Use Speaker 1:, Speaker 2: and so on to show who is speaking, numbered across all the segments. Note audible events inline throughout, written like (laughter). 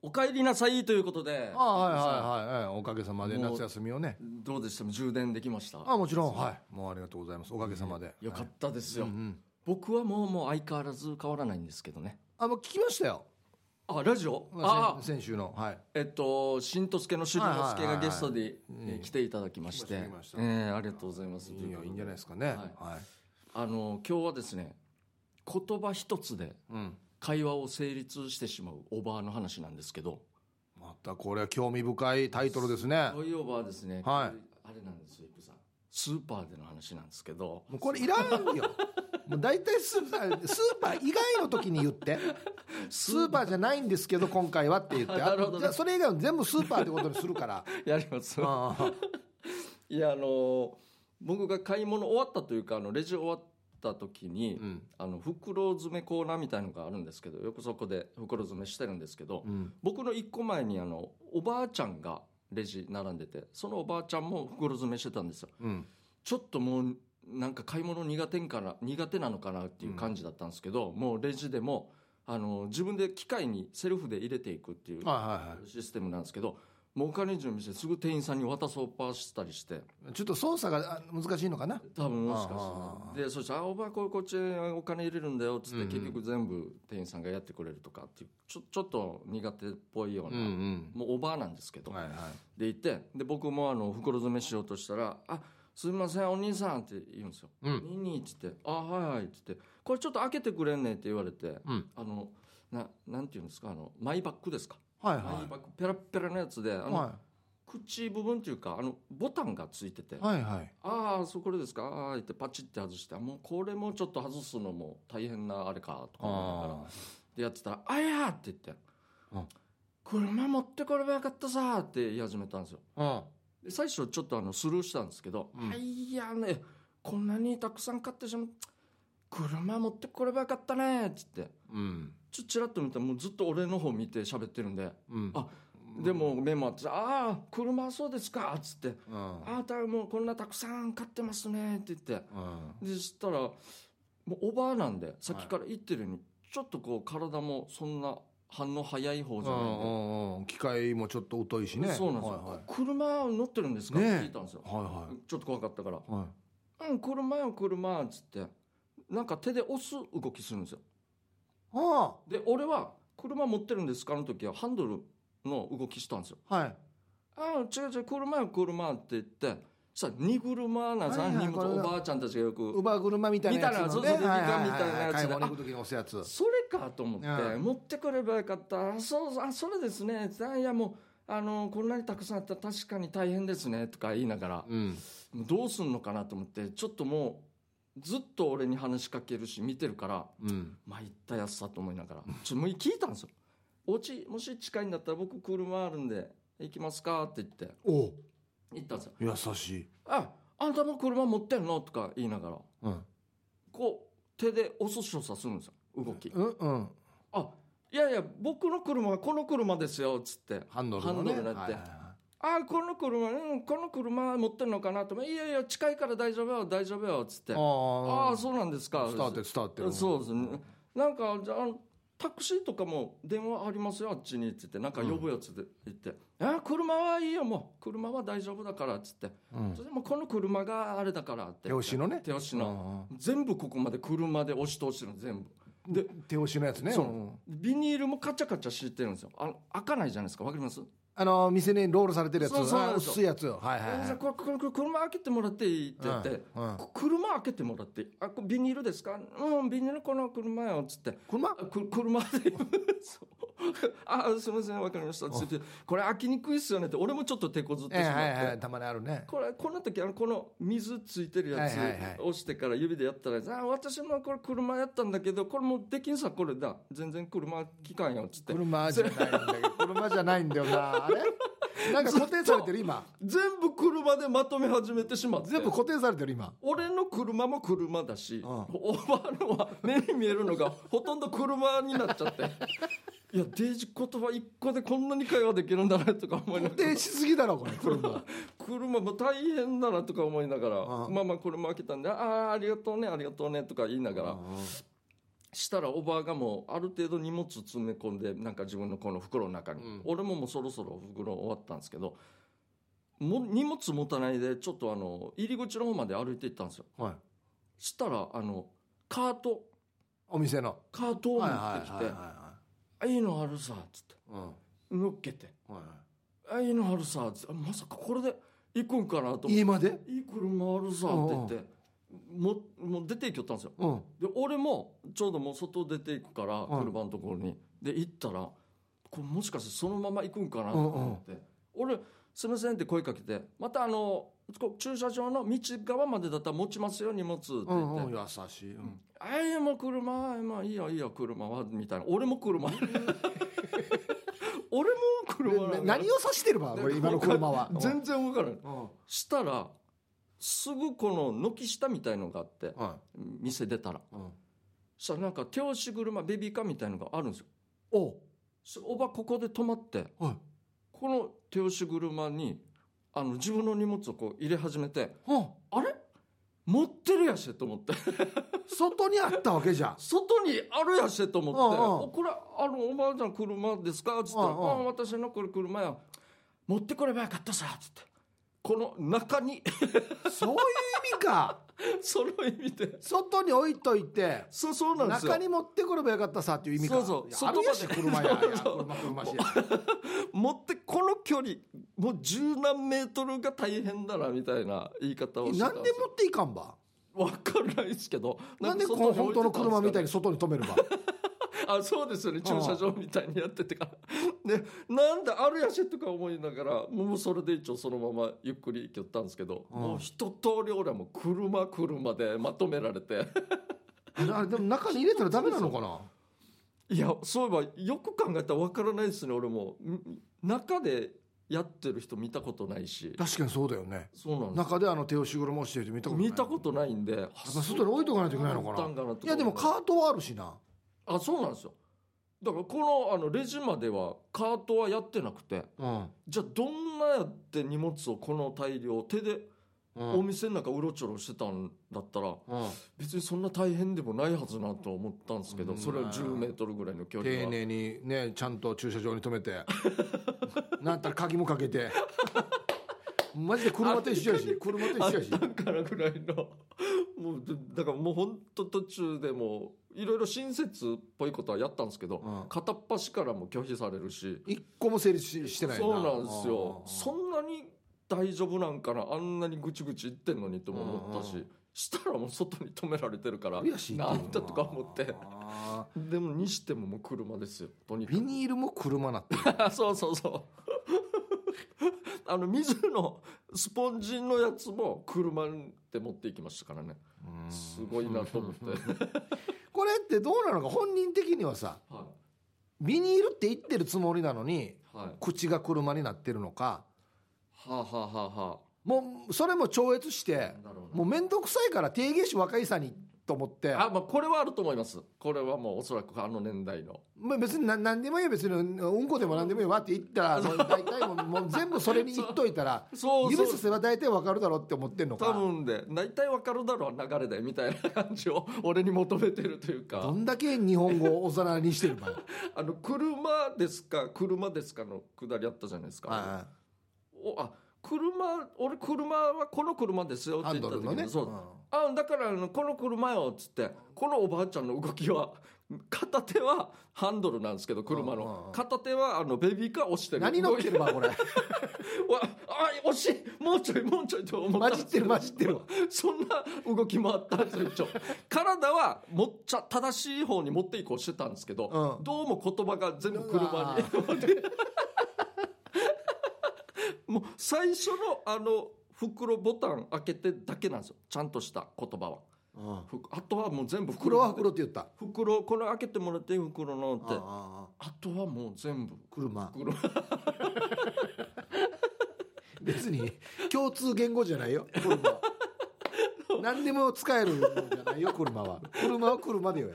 Speaker 1: お帰りなさいということで
Speaker 2: あはいはいはい、ええおかげさまで
Speaker 1: もう
Speaker 2: 夏休みをね
Speaker 1: どうでしたも充電できました
Speaker 2: あもちろんはいもうありがとうございますおかげさまで、
Speaker 1: よか
Speaker 2: は
Speaker 1: っ
Speaker 2: い
Speaker 1: たですよ、
Speaker 2: うんうん
Speaker 1: 僕はもうもう相変わらず変わらないんですけどね
Speaker 2: あもう聞きましたよ
Speaker 1: あラジオ
Speaker 2: ま
Speaker 1: あ
Speaker 2: あ先先週のはい
Speaker 1: えっと新とすけの朱之助
Speaker 2: はいはいは
Speaker 1: が
Speaker 2: いはい
Speaker 1: ゲストでえー来ていただきまして、
Speaker 2: 聞
Speaker 1: え
Speaker 2: きました聞きました
Speaker 1: えありがとうございます
Speaker 2: いいよいいんじゃないですすかねはい、
Speaker 1: あの今日はですね言葉一つで
Speaker 2: うん
Speaker 1: 会話を成立してしまうオーバーの話なんですけど
Speaker 2: またこれは興味深いタイトルですね
Speaker 1: そういうオーバーですね、
Speaker 2: はい
Speaker 1: あれなんですよイプさんスーパーでの話なんですけど
Speaker 2: もうこれいらんよもう大体スーパースーパー以外の時に言ってスーパーじゃないんですけど今回はって言って
Speaker 1: (laughs) あなるほどね
Speaker 2: あじゃあそれ以外は全部スーパーってことにするから
Speaker 1: (laughs) (laughs) やります
Speaker 2: ああ
Speaker 1: いやあの僕が買い物終わったというかあのレジ終わった時に、
Speaker 2: うん
Speaker 1: あの袋詰めコーナーみたいのがあるんですけどよくそこで袋詰めしてるんですけど、
Speaker 2: うん
Speaker 1: 僕の1個前にあのおばあちゃんがレジ並んでてそのおばあちゃんも袋詰めしてたんですよ
Speaker 2: うん
Speaker 1: ちょっともうなんか買い物苦手んかな苦手なのかなっていう感じだったんですけど、もうレジでもあの自分で機械にセルフで入れていくっていう
Speaker 2: はいはいは
Speaker 1: システムなんですけどもうお金準備してすぐ店員さんに渡そうパーしたりして
Speaker 2: いちょっと操作があ難しいのかな
Speaker 1: 多分もしか
Speaker 2: あ
Speaker 1: し
Speaker 2: あ
Speaker 1: てねでそしたら「あおばあこれこっちお金入れるんだよ」っつっ
Speaker 2: うん
Speaker 1: て
Speaker 2: うん
Speaker 1: 結局全部店員さんがやってくれるとかっていうちょちょっと苦手っぽいような、
Speaker 2: ん
Speaker 1: もうおばあなんですけど、
Speaker 2: はいはい
Speaker 1: で行ってで僕もあの袋詰めしようとしたら「あすみませんお兄さん」って言うんですよ「
Speaker 2: うん
Speaker 1: ニーニー」っつって「あはいはい」っつって「これちょっと開けてくれんね」って言われて
Speaker 2: うん
Speaker 1: あのななんていうんですかあのマイバッグですか、
Speaker 2: はい
Speaker 1: マイ
Speaker 2: は
Speaker 1: バッグペラッペラのやつであ
Speaker 2: い
Speaker 1: の、
Speaker 2: は
Speaker 1: 口部分っていうかあのボタンがついてて
Speaker 2: いはいはい
Speaker 1: ああそうこれですかああ言ってパチって外してあもうこれもちょっと外すのも大変なあれかとか思いながら
Speaker 2: あ
Speaker 1: でやってたら「あや!」って言って
Speaker 2: うん
Speaker 1: 「車持ってこればよかったさ」って言い始めたんですよ
Speaker 2: あ
Speaker 1: で最初ちょっとあのスルーしたんですけど「
Speaker 2: うん
Speaker 1: はいやねこんなにたくさん買ってしまう車持ってこればよかったね」って言って
Speaker 2: うん
Speaker 1: ちょっとちらっと見たらもうずっと俺の方見て喋ってるんで
Speaker 2: うん
Speaker 1: あでも目もあって「ああ車そうですか」っつって
Speaker 2: うん
Speaker 1: 「ああたもうこんなたくさん買ってますね」って言って。
Speaker 2: うん
Speaker 1: でそしたらもうおばあなんでさっきから言ってるように、ちょっとこう体もそんな反応早い方じゃないんで、
Speaker 2: うんうんうん機械もちょっと疎いしね
Speaker 1: そうなんですよ、
Speaker 2: はいはい
Speaker 1: 車乗ってるんですか、
Speaker 2: ねえ
Speaker 1: って聞いたんですよ、
Speaker 2: はいは
Speaker 1: ちょっと怖かったから
Speaker 2: いはい
Speaker 1: 「うん車よ車」っつってなんか手で押す動きするんですよ
Speaker 2: あ
Speaker 1: で俺は「車持ってるんですか?」の時はハンドルの動きしたんですよ
Speaker 2: あはい
Speaker 1: 「ああ違う違う車よ車」って言ってさ荷車なんですよ、
Speaker 2: はいはい
Speaker 1: 荷物
Speaker 2: これ
Speaker 1: おばあちゃんたちがよく
Speaker 2: ウバ車みたいなやつのね
Speaker 1: みたいな
Speaker 2: はいはいはい
Speaker 1: そうそうリカみ
Speaker 2: はい
Speaker 1: たいなやつ
Speaker 2: 買い
Speaker 1: で
Speaker 2: 物行く時に押すやつ
Speaker 1: それかと思って、
Speaker 2: うん
Speaker 1: 持ってくればよかったあそうあそれですねあいやもうあのこんなにたくさんあったら確かに大変ですねとか言いながら
Speaker 2: うん
Speaker 1: どうすんのかなと思ってちょっともうずっと俺に話しかけるし見てるから
Speaker 2: うん
Speaker 1: 参ったやつさと思いながらちょもう聞いたんですよ「お家もし近いんだったら僕車あるんで行きますか」って言って
Speaker 2: お
Speaker 1: 行ったんですよ
Speaker 2: 優しい
Speaker 1: 「ああんたも車持ってんの?」とか言いながら
Speaker 2: うん
Speaker 1: こう手で押す所作するんですよ動き。
Speaker 2: うんうん
Speaker 1: あいやいや僕の車はこの車ですよっつって
Speaker 2: ハンドルの
Speaker 1: ハンドル
Speaker 2: ね
Speaker 1: だ
Speaker 2: は
Speaker 1: っ
Speaker 2: い
Speaker 1: て
Speaker 2: は
Speaker 1: あこの車、うん、この車持ってるのかなと思っていやいや近いから大丈夫よ大丈夫よっつって
Speaker 2: い
Speaker 1: あ
Speaker 2: あ
Speaker 1: あ
Speaker 2: あ
Speaker 1: ーそうなんですか
Speaker 2: 伝わってる伝わってる
Speaker 1: そうですねなんかじゃああのタクシーとかも電話ありますよあっちにっつってなんか呼ぶよっつって言って「あ車はいいよもう車は大丈夫だから」っつって
Speaker 2: う
Speaker 1: 「
Speaker 2: ん
Speaker 1: でもこの車があれだから」って
Speaker 2: 手押しのね
Speaker 1: 手押しの全部ここまで車で押し通してるの全部
Speaker 2: うんで手押しのやつね
Speaker 1: そう
Speaker 2: うん
Speaker 1: ビニールもカチャカチャ敷いてるんですよあの開かないじゃないですかわかります
Speaker 2: あの店にロールされてるやつ
Speaker 1: そうそうなんですよ
Speaker 2: 薄いやつはいは
Speaker 1: え
Speaker 2: いは
Speaker 1: ーじゃあ
Speaker 2: い
Speaker 1: ここここ車開けてもらっていいって言って、
Speaker 2: うんうん
Speaker 1: こ車開けてもらっていいあこビニールですかうんビニールこの車よっつって
Speaker 2: 車
Speaker 1: あく車で (laughs) そう (laughs) あすみませんわかりましたっつってこれ開きにくいっすよねって俺もちょっと手こずってし
Speaker 2: え
Speaker 1: まっ
Speaker 2: え
Speaker 1: て、
Speaker 2: はいはいたまにあるね
Speaker 1: これこの時あのこの水ついてるやつ
Speaker 2: はいはいはい
Speaker 1: 押してから指でやったら「あ私もこれ車やったんだけどこれもうできんさこれだ全然車機関よ」っつって
Speaker 2: 車じゃないんだけど (laughs) 車じゃないんだよなあれなんか固定されてる今
Speaker 1: 全部車でまとめ始めてしまって
Speaker 2: 全部固定されてる今
Speaker 1: 俺の車も車だし、
Speaker 2: ん
Speaker 1: おばのは目に見えるのがほとんど車になっち
Speaker 2: (laughs)
Speaker 1: ゃっていやデイジ言葉一個でこんなに会話できるんだなとか思いな
Speaker 2: 固
Speaker 1: がら (laughs)
Speaker 2: 定しすぎだろこれ車
Speaker 1: 車も大変だなとか思いながら
Speaker 2: うん
Speaker 1: まあまあ車開けたんで「ああありがとうねありがとうね」とか言いながらしたらおばあがもうある程度荷物詰め込んでなんか自分のこの袋の中に、
Speaker 2: うん
Speaker 1: 俺ももうそろそろ袋終わったんですけども荷物持たないでちょっとあの入り口の方まで歩いていったんですよ
Speaker 2: はい、
Speaker 1: したらあのカート
Speaker 2: お店の
Speaker 1: カートを持ってきて
Speaker 2: は
Speaker 1: 「あいいのあるさ」っつって
Speaker 2: いはいうん
Speaker 1: 乗っけて
Speaker 2: は
Speaker 1: 「
Speaker 2: い
Speaker 1: あいいのあるさ」っつってあまさかこれで行くんかなと
Speaker 2: 家まで
Speaker 1: いい車あるさ」って言ってももう出て行きよったんですよ
Speaker 2: うん
Speaker 1: で俺もちょうどもう外出ていくから
Speaker 2: うん
Speaker 1: 車のところに、で行ったらこれもしかしてそのまま行くんかなと思って、俺「すみません」って声かけて「またあのこ駐車場の道側までだったら持ちますよ荷物」って言って「
Speaker 2: うんうん優しい、うん、
Speaker 1: あいやもう車はまあいいよいいよ車は」みたいな俺も車俺も車なんだ
Speaker 2: な何を指してるわこれ今の車は
Speaker 1: 全然分からない
Speaker 2: うんは
Speaker 1: したらすぐこの軒下みたいのがあって
Speaker 2: い
Speaker 1: 店出たら
Speaker 2: うん
Speaker 1: したらなんか手押し車ベビーカーみたいのがあるんですよ
Speaker 2: お
Speaker 1: そおばここで止まって
Speaker 2: はい
Speaker 1: この手押し車にあの自分の荷物をこう入れ始めて
Speaker 2: うん
Speaker 1: あれ持ってるやしと思って
Speaker 2: 外にあったわけじゃん
Speaker 1: 外にあるやしと思って「
Speaker 2: うんうん
Speaker 1: おこれあのおばあちゃん車ですか?」っつったら
Speaker 2: うんうん
Speaker 1: あ私のこれ車や持ってこればよかったさ」っつってこの中に (laughs)
Speaker 2: そういう意味か
Speaker 1: その意味で
Speaker 2: 外に置いといて
Speaker 1: そうそうなんですよ
Speaker 2: 中に持ってくればよかったさっていう意味か
Speaker 1: そうそう
Speaker 2: いや
Speaker 1: 外
Speaker 2: あるやし
Speaker 1: まで
Speaker 2: 車やいや
Speaker 1: そうそう
Speaker 2: 車車しや
Speaker 1: 持ってこの距離もう十何メートルが大変だなみたいな言い方をしてた
Speaker 2: なんん
Speaker 1: で
Speaker 2: です
Speaker 1: よ
Speaker 2: 持っていかんば
Speaker 1: わかんないですけど
Speaker 2: なんでこの本当の車みたい
Speaker 1: に
Speaker 2: に外に止めるば
Speaker 1: あそうですよね駐車場みたいにやっててから (laughs) でなんだあるやしとか思いながらもうそれで一応そのままゆっくり行きよったんですけど、
Speaker 2: うん
Speaker 1: もう一通り俺はもう車車でまとめられて
Speaker 2: あれでも中に入れたらダメなのかない
Speaker 1: やそういえばよく考えたらわからないですね俺もん中でやってる人見たことないし
Speaker 2: 確かにそうだよね
Speaker 1: そうなんです
Speaker 2: 中であの手押し車をしてる人見たことない
Speaker 1: 見たことないんで
Speaker 2: やっぱ外に置いとかないといけないのか
Speaker 1: あったん
Speaker 2: な
Speaker 1: かなとか
Speaker 2: いやでもカートはあるしな
Speaker 1: あそうなんですよだからこのあのレジまではカートはやってなくて
Speaker 2: うん
Speaker 1: じゃあどんなやって荷物をこの大量手で
Speaker 2: うん
Speaker 1: お店の中うろちょろしてたんだったら
Speaker 2: うん
Speaker 1: 別にそんな大変でもないはずなと思ったんですけど
Speaker 2: うん
Speaker 1: それは1 0メートルぐらいの距離
Speaker 2: 丁
Speaker 1: は
Speaker 2: 寧にねちゃんと駐車場に止
Speaker 1: (laughs)
Speaker 2: めてなんやったら鍵もかけてマジで車と一緒やし車と一
Speaker 1: あっ
Speaker 2: 緒やした
Speaker 1: んからぐらいの (laughs) もうでだからもう本当途中でもういろいろ親切っぽいことはやったんですけど、
Speaker 2: うん
Speaker 1: 片っ端からも拒否されるし
Speaker 2: 一個も成立ししてない
Speaker 1: そうなんですよそ
Speaker 2: そ
Speaker 1: んなに大丈夫なんかなあんなにぐちぐち言ってんのにとも思ったし、
Speaker 2: うんう
Speaker 1: したらもう外に止められてるから
Speaker 2: 悔しいっていう
Speaker 1: な
Speaker 2: のは
Speaker 1: んだとか思って
Speaker 2: あ
Speaker 1: でもにしてももう車ですよとに
Speaker 2: ー
Speaker 1: かく
Speaker 2: ビニールも車なってる
Speaker 1: あ (laughs) そうそうそうあの水のスポンジのやつも車で持っていきましたからね
Speaker 2: うん
Speaker 1: すごいなと
Speaker 2: (laughs)
Speaker 1: 思って
Speaker 2: これってどうなのか本人的にはさ
Speaker 1: は
Speaker 2: ビニールって言ってるつもりなのに
Speaker 1: いはいは
Speaker 2: 口が車になってるのか
Speaker 1: あはあはあは
Speaker 2: もうそれも超越して
Speaker 1: あなるほど
Speaker 2: もう面倒くさいから定義し若いさにと思って
Speaker 1: あまあこれはあると思いますこれはもうおそらくあの年代の
Speaker 2: まあ、別に何何でもいいよ別にうんこでも何でもいいわって言った
Speaker 1: (laughs)
Speaker 2: らもう大体もうもう全部それに言っといたら
Speaker 1: そうそ
Speaker 2: 指
Speaker 1: う
Speaker 2: させば大体わかるだろうって思ってんの
Speaker 1: 多
Speaker 2: か
Speaker 1: 分で大体わかるだろう流れでみたいな感じを (laughs) 俺に求めてるという
Speaker 2: ど
Speaker 1: か
Speaker 2: んだけ日本語をおさら
Speaker 1: (laughs)
Speaker 2: にしてるか
Speaker 1: あの車ですか車ですかのくだりあったじゃないですか
Speaker 2: あ
Speaker 1: おあ車俺車はこの車ですよ
Speaker 2: あハ
Speaker 1: って
Speaker 2: ン
Speaker 1: 言
Speaker 2: ド
Speaker 1: った時
Speaker 2: ルのね
Speaker 1: にそうあだからあのこの車よっつってこのおばあちゃんの動きは (laughs) 片手はハンドルなんですけど車
Speaker 2: うんうんう
Speaker 1: の
Speaker 2: ん
Speaker 1: 片手はあのベビーカー押して
Speaker 2: うん
Speaker 1: る
Speaker 2: 何乗ってるわ
Speaker 1: (laughs)
Speaker 2: これ
Speaker 1: わあ惜しいもうちょいもうちょいと思ったんですけど
Speaker 2: 混じってる混
Speaker 1: (laughs) そんな動きもあったんですよ一応
Speaker 2: (laughs)
Speaker 1: 体はもっちゃ正しい方に持っていこうしてたんですけど、
Speaker 2: うん
Speaker 1: どうも言葉が全部車に (laughs) もう最初のあの袋ボタン開けてだけなんですよちゃんとした言葉は
Speaker 2: うん
Speaker 1: ふあとはもう全部
Speaker 2: 袋は
Speaker 1: 袋
Speaker 2: 袋って言った
Speaker 1: 袋これ開けてもらっていい袋のってあ
Speaker 2: ああ
Speaker 1: とはもう全部
Speaker 2: 車
Speaker 1: 袋 (laughs)
Speaker 2: 別に共通言語じゃないよ車
Speaker 1: (laughs)
Speaker 2: は何でも使えるもんじゃないよ車は車は車でよ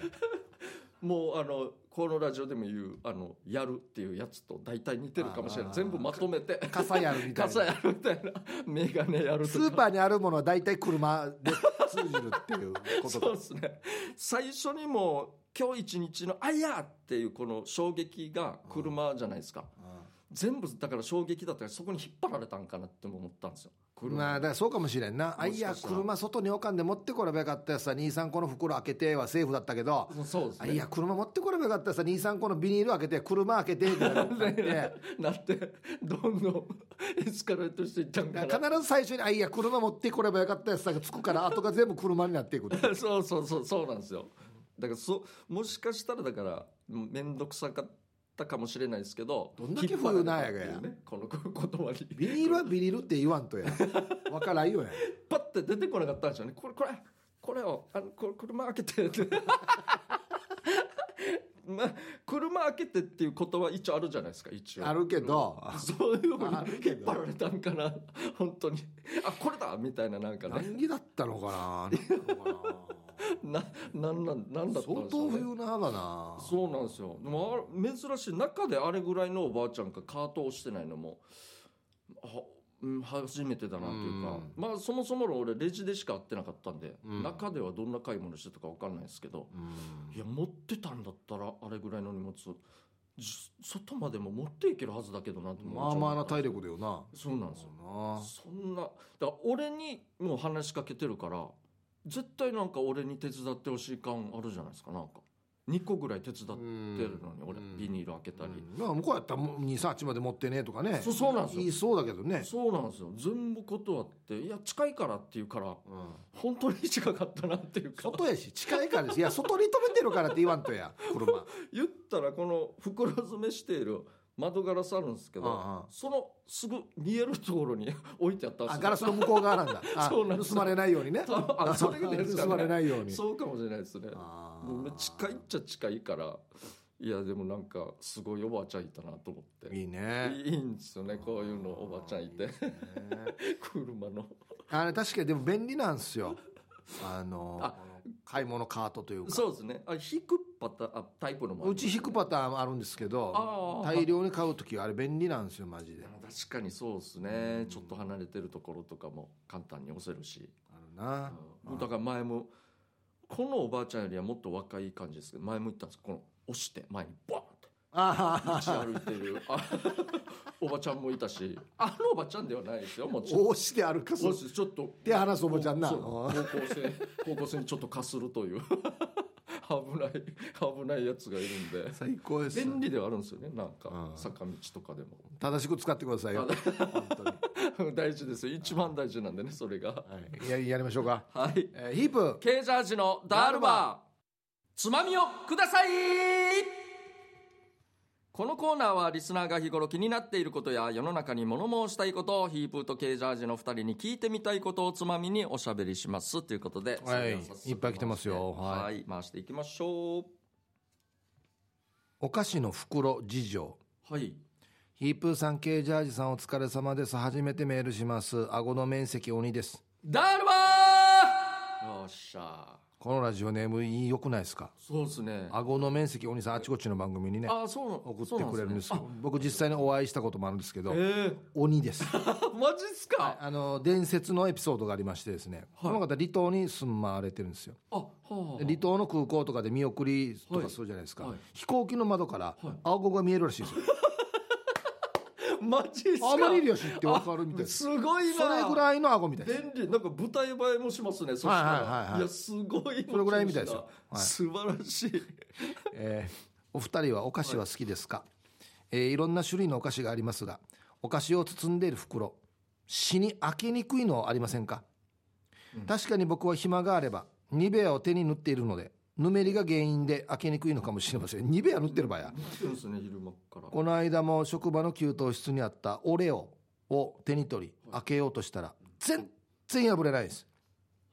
Speaker 1: もうあのこのラジオでも言うあのやるっていうやつと大体似てるかもしれな
Speaker 2: あ
Speaker 1: い
Speaker 2: ー
Speaker 1: 全部まとめて
Speaker 2: 傘やるみたいな
Speaker 1: 傘やるみたいな眼鏡やる
Speaker 2: ス
Speaker 1: と
Speaker 2: ー
Speaker 1: か
Speaker 2: パーにあるものは大体車で通じるっていうこと
Speaker 1: そう
Speaker 2: か
Speaker 1: ですね最初にもう今日一日の「あいや!」っていうこの衝撃が車じゃないですか、全部だから衝撃だったからそこに引っ張られたんかなっても思ったんですよ
Speaker 2: うん
Speaker 1: 車、
Speaker 2: まあだからそうかもしれんなあ
Speaker 1: も
Speaker 2: い
Speaker 1: しか
Speaker 2: や
Speaker 1: したら
Speaker 2: 車外に置かんで持ってこればよかったやつさ23個の袋開けてはセーフだったけど
Speaker 1: そうそうです
Speaker 2: あ
Speaker 1: ね
Speaker 2: いや車持ってこればよかったやつさ23個のビニール開けて車開けてってなって
Speaker 1: (laughs) なってどんどんエスカレートしていったんかな
Speaker 2: だから必ず最初に「あいや車持ってこればよかったやつさ」がつ
Speaker 1: (laughs)
Speaker 2: くから後が全部車になっていくって
Speaker 1: そうそうそうそうなんですよだからそもしかしたらだからうん面倒くさかったかもしれないですけど
Speaker 2: どんだけ冬なんやがや
Speaker 1: 引っ張られたっていうねこのこ (laughs) 言葉に
Speaker 2: ビニールはビニールって言わん
Speaker 1: (laughs)
Speaker 2: とやわからんよや
Speaker 1: パッて出てこなかったんでしょうねこれこれこれをあのこれ車開けてって (laughs) まあ車開けてっていうことは一応あるじゃないですか一応
Speaker 2: あるけど
Speaker 1: そういうふうに
Speaker 2: あるけど
Speaker 1: 引っ張られたんかな本当にあこれだみたいななんかね
Speaker 2: 何気だったのかな何
Speaker 1: なな
Speaker 2: なのか
Speaker 1: んなん (laughs) なんだったん
Speaker 2: な相
Speaker 1: でしょ
Speaker 2: 当
Speaker 1: うね
Speaker 2: 冬なだな
Speaker 1: そうなんですよでもあれ珍しい中であれぐらいのおばあちゃんがカートをしてないのもは、うん、初めてだなというか
Speaker 2: うん
Speaker 1: まあそもそもの俺レジでしか会ってなかったんで、
Speaker 2: うん
Speaker 1: 中ではどんな買い物してたか分かんないですけど
Speaker 2: うん
Speaker 1: いや持ってたんだったらあれぐらいの荷物じ外までも持っていけるはずだけどなと思っちゃう
Speaker 2: まあまあな体力だよな
Speaker 1: そうなんですよ
Speaker 2: な
Speaker 1: そんなだから俺にもう話しかけてるから絶対なんか俺に手伝ってほしい感あるじゃないですかなんか2個ぐらい手伝って
Speaker 2: 出
Speaker 1: るのに俺ビニール開けたり、
Speaker 2: まあ向こうやったらもう28まで持ってねとかね
Speaker 1: そうそうなんですよ
Speaker 2: 言いそうだけどね
Speaker 1: そうなんですよ全部断っていや近いからって言うから
Speaker 2: うん
Speaker 1: 本当に近かったなっていうか
Speaker 2: 外やし近いからですいや外に止めてるからって言わんとや車
Speaker 1: 言ったらこの袋詰めしている窓ガラスあるんですけど、
Speaker 2: うんうん
Speaker 1: そのすぐ見えるところに (laughs) 置いてあったんです
Speaker 2: あ
Speaker 1: よ
Speaker 2: ガラスの向こう側なんだ
Speaker 1: (laughs)
Speaker 2: あ
Speaker 1: そうなんです
Speaker 2: 盗まれないようにね
Speaker 1: ああそれがですか
Speaker 2: 盗
Speaker 1: ね
Speaker 2: まれないように
Speaker 1: そうかもしれないですね
Speaker 2: あー
Speaker 1: もう近いっちゃ近いからいやでもなんかすごいおばあちゃんいたなと思ってい
Speaker 2: いいね
Speaker 1: いんですよねこういうのおばあちゃんいて
Speaker 2: あーいいですね
Speaker 1: (laughs) 車の
Speaker 2: あれ確かにでも便利なんですよあの
Speaker 1: あ
Speaker 2: 買い物カートというか
Speaker 1: そうですねあ引くパターンあタイプのもあり
Speaker 2: う
Speaker 1: ます
Speaker 2: ち引くパターンもあるんですけど
Speaker 1: あー
Speaker 2: 大量に買う時はあれ便利なんですよマジで
Speaker 1: あ確かにそうです
Speaker 2: う
Speaker 1: ね
Speaker 2: ん
Speaker 1: ちょっと離れてるところとかも簡単に押せるし、
Speaker 2: あるな
Speaker 1: うんだから前もこのおばあちゃんよりはもっと若い感じですけど前も言ったんですけどこの押して前にバーンって
Speaker 2: ああ
Speaker 1: 道歩いてる
Speaker 2: (laughs)
Speaker 1: あおばちゃんもいたしあのおばちゃんではないですよも (laughs) ちろん
Speaker 2: 押して歩かす
Speaker 1: そうですちょっと
Speaker 2: 手離すおばちゃんな
Speaker 1: そう
Speaker 2: う
Speaker 1: 高
Speaker 2: ん
Speaker 1: 校生高校生にちょっとかするという (laughs) 危ない危ないやつがいるんで
Speaker 2: 最高です
Speaker 1: 便利ではあるんですよねなんか
Speaker 2: うん
Speaker 1: 坂道とかでも
Speaker 2: 正しく使ってくださいよ本当に、
Speaker 1: 大事ですよ一番大事なんでねそれが
Speaker 2: はい、ややりましょうか、
Speaker 1: はい
Speaker 2: えーヒープ
Speaker 1: ケージャージのダールバーつまみをくださいこのコーナーはリスナーが日頃気になっていることや世の中に物申したいことをヒープーとケージャージの2人に聞いてみたいことをつまみにおしゃべりしますということで、それで早速
Speaker 2: いっぱい来てますよ
Speaker 1: 回して
Speaker 2: は
Speaker 1: はい、回していきましょう
Speaker 2: お菓子の袋事情
Speaker 1: はい
Speaker 2: ヒープーさんケージャージさんお疲れ様です初めてメールします顎の面積鬼です
Speaker 1: ダールバーよっしゃ
Speaker 2: このラジオネームいいよくないですか
Speaker 1: そうですねあ
Speaker 2: 顎の面積鬼さんあちこちの番組にね
Speaker 1: あそうな
Speaker 2: 送ってくれるんですけ
Speaker 1: よ
Speaker 2: ど僕実際にお会いしたこともあるんですけど
Speaker 1: え
Speaker 2: 鬼です
Speaker 1: ー、マジっすか、
Speaker 2: あの伝説のエピソードがありましてですね、この方離島に住まわれてるんですよ
Speaker 1: あはあ
Speaker 2: で離島の空港とかで見送りと
Speaker 1: は
Speaker 2: か
Speaker 1: い
Speaker 2: するじゃないですか、
Speaker 1: はい
Speaker 2: 飛行機の窓から
Speaker 1: い
Speaker 2: 青子が見えるらしいですよ、
Speaker 1: マジっすか
Speaker 2: あまり漁師ってわかるみたいです
Speaker 1: すごいな
Speaker 2: それぐらいの顎みたいです
Speaker 1: 便利なんか舞台映えもしますねそしたら、
Speaker 2: は
Speaker 1: い
Speaker 2: いはいはいはい
Speaker 1: やすごい
Speaker 2: それぐらいみたいですよはい
Speaker 1: 素晴らしい
Speaker 2: えーお二人はお菓子は好きですか、いえーいろんな種類のお菓子がありますがお菓子を包んでいる袋死に開けにくいのありませんか、確かに僕は暇があればニベアを手に塗っているのでぬめりが原因で開けにくいのかもしれません (laughs) ニベア塗ってる場合や
Speaker 1: 見てるんですね昼間から
Speaker 2: この間も職場の給湯室にあったオレオを手に取り開けようとしたら全然破れないです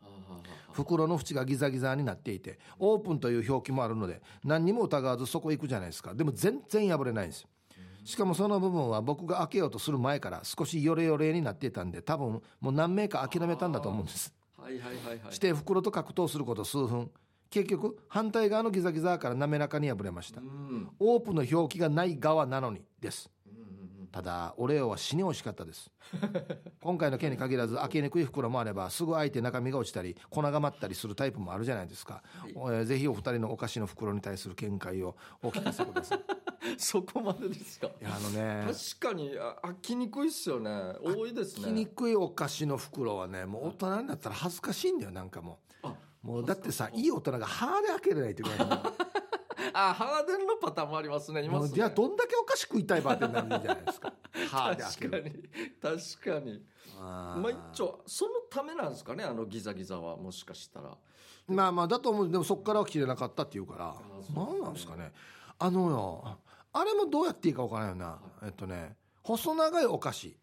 Speaker 1: ああ
Speaker 2: 袋の縁がギザギザになっていてオープンという表記もあるので何にも疑わずそこ行くじゃないですかでも全然破れないんですしかもその部分は僕が開けようとする前から少しヨレヨレになっていたんで多分もう何名か諦めたんだと思うんです
Speaker 1: はいはいはいはい
Speaker 2: して袋と格闘すること数分結局反対側のギザギザから滑らかに破れまし
Speaker 1: う
Speaker 2: た
Speaker 1: んうん
Speaker 2: オープンの表記がない側なのにです
Speaker 1: うんうん
Speaker 2: ただオレオは死に美味しかったです (laughs) 今回の件に限らず開けにくい袋もあればすぐ開いて中身が落ちたり粉が舞ったりするタイプもあるじゃないですか、えーぜひお二人のお菓子の袋に対する見解をお聞かせくだ (laughs) さい
Speaker 1: そこまでですか
Speaker 2: いやあのね
Speaker 1: 確かにあ開きにくいっすよね多いです
Speaker 2: 聞きに
Speaker 1: ね
Speaker 2: くいお菓子の袋はねもう大人になったら恥ずかしいんだよなんかも
Speaker 1: あ
Speaker 2: うもうだってさいい大人が歯で開けれないとい (laughs) けないから
Speaker 1: あハーデンのパターンもありますねいますね
Speaker 2: じゃあどんだけお菓子食いたいばってなるんじゃないです (laughs) か歯で開け
Speaker 1: 確か
Speaker 2: る
Speaker 1: に確かに
Speaker 2: あー
Speaker 1: まあ一応そのためなんですかねあのギザギザはもしかしたら
Speaker 2: まあまあだと思うでもそこからは切れなかったっていうから
Speaker 1: ーそうですね
Speaker 2: 何なんですかねあのよあれもどうやっていいか分からないよなえっとね細長いお菓子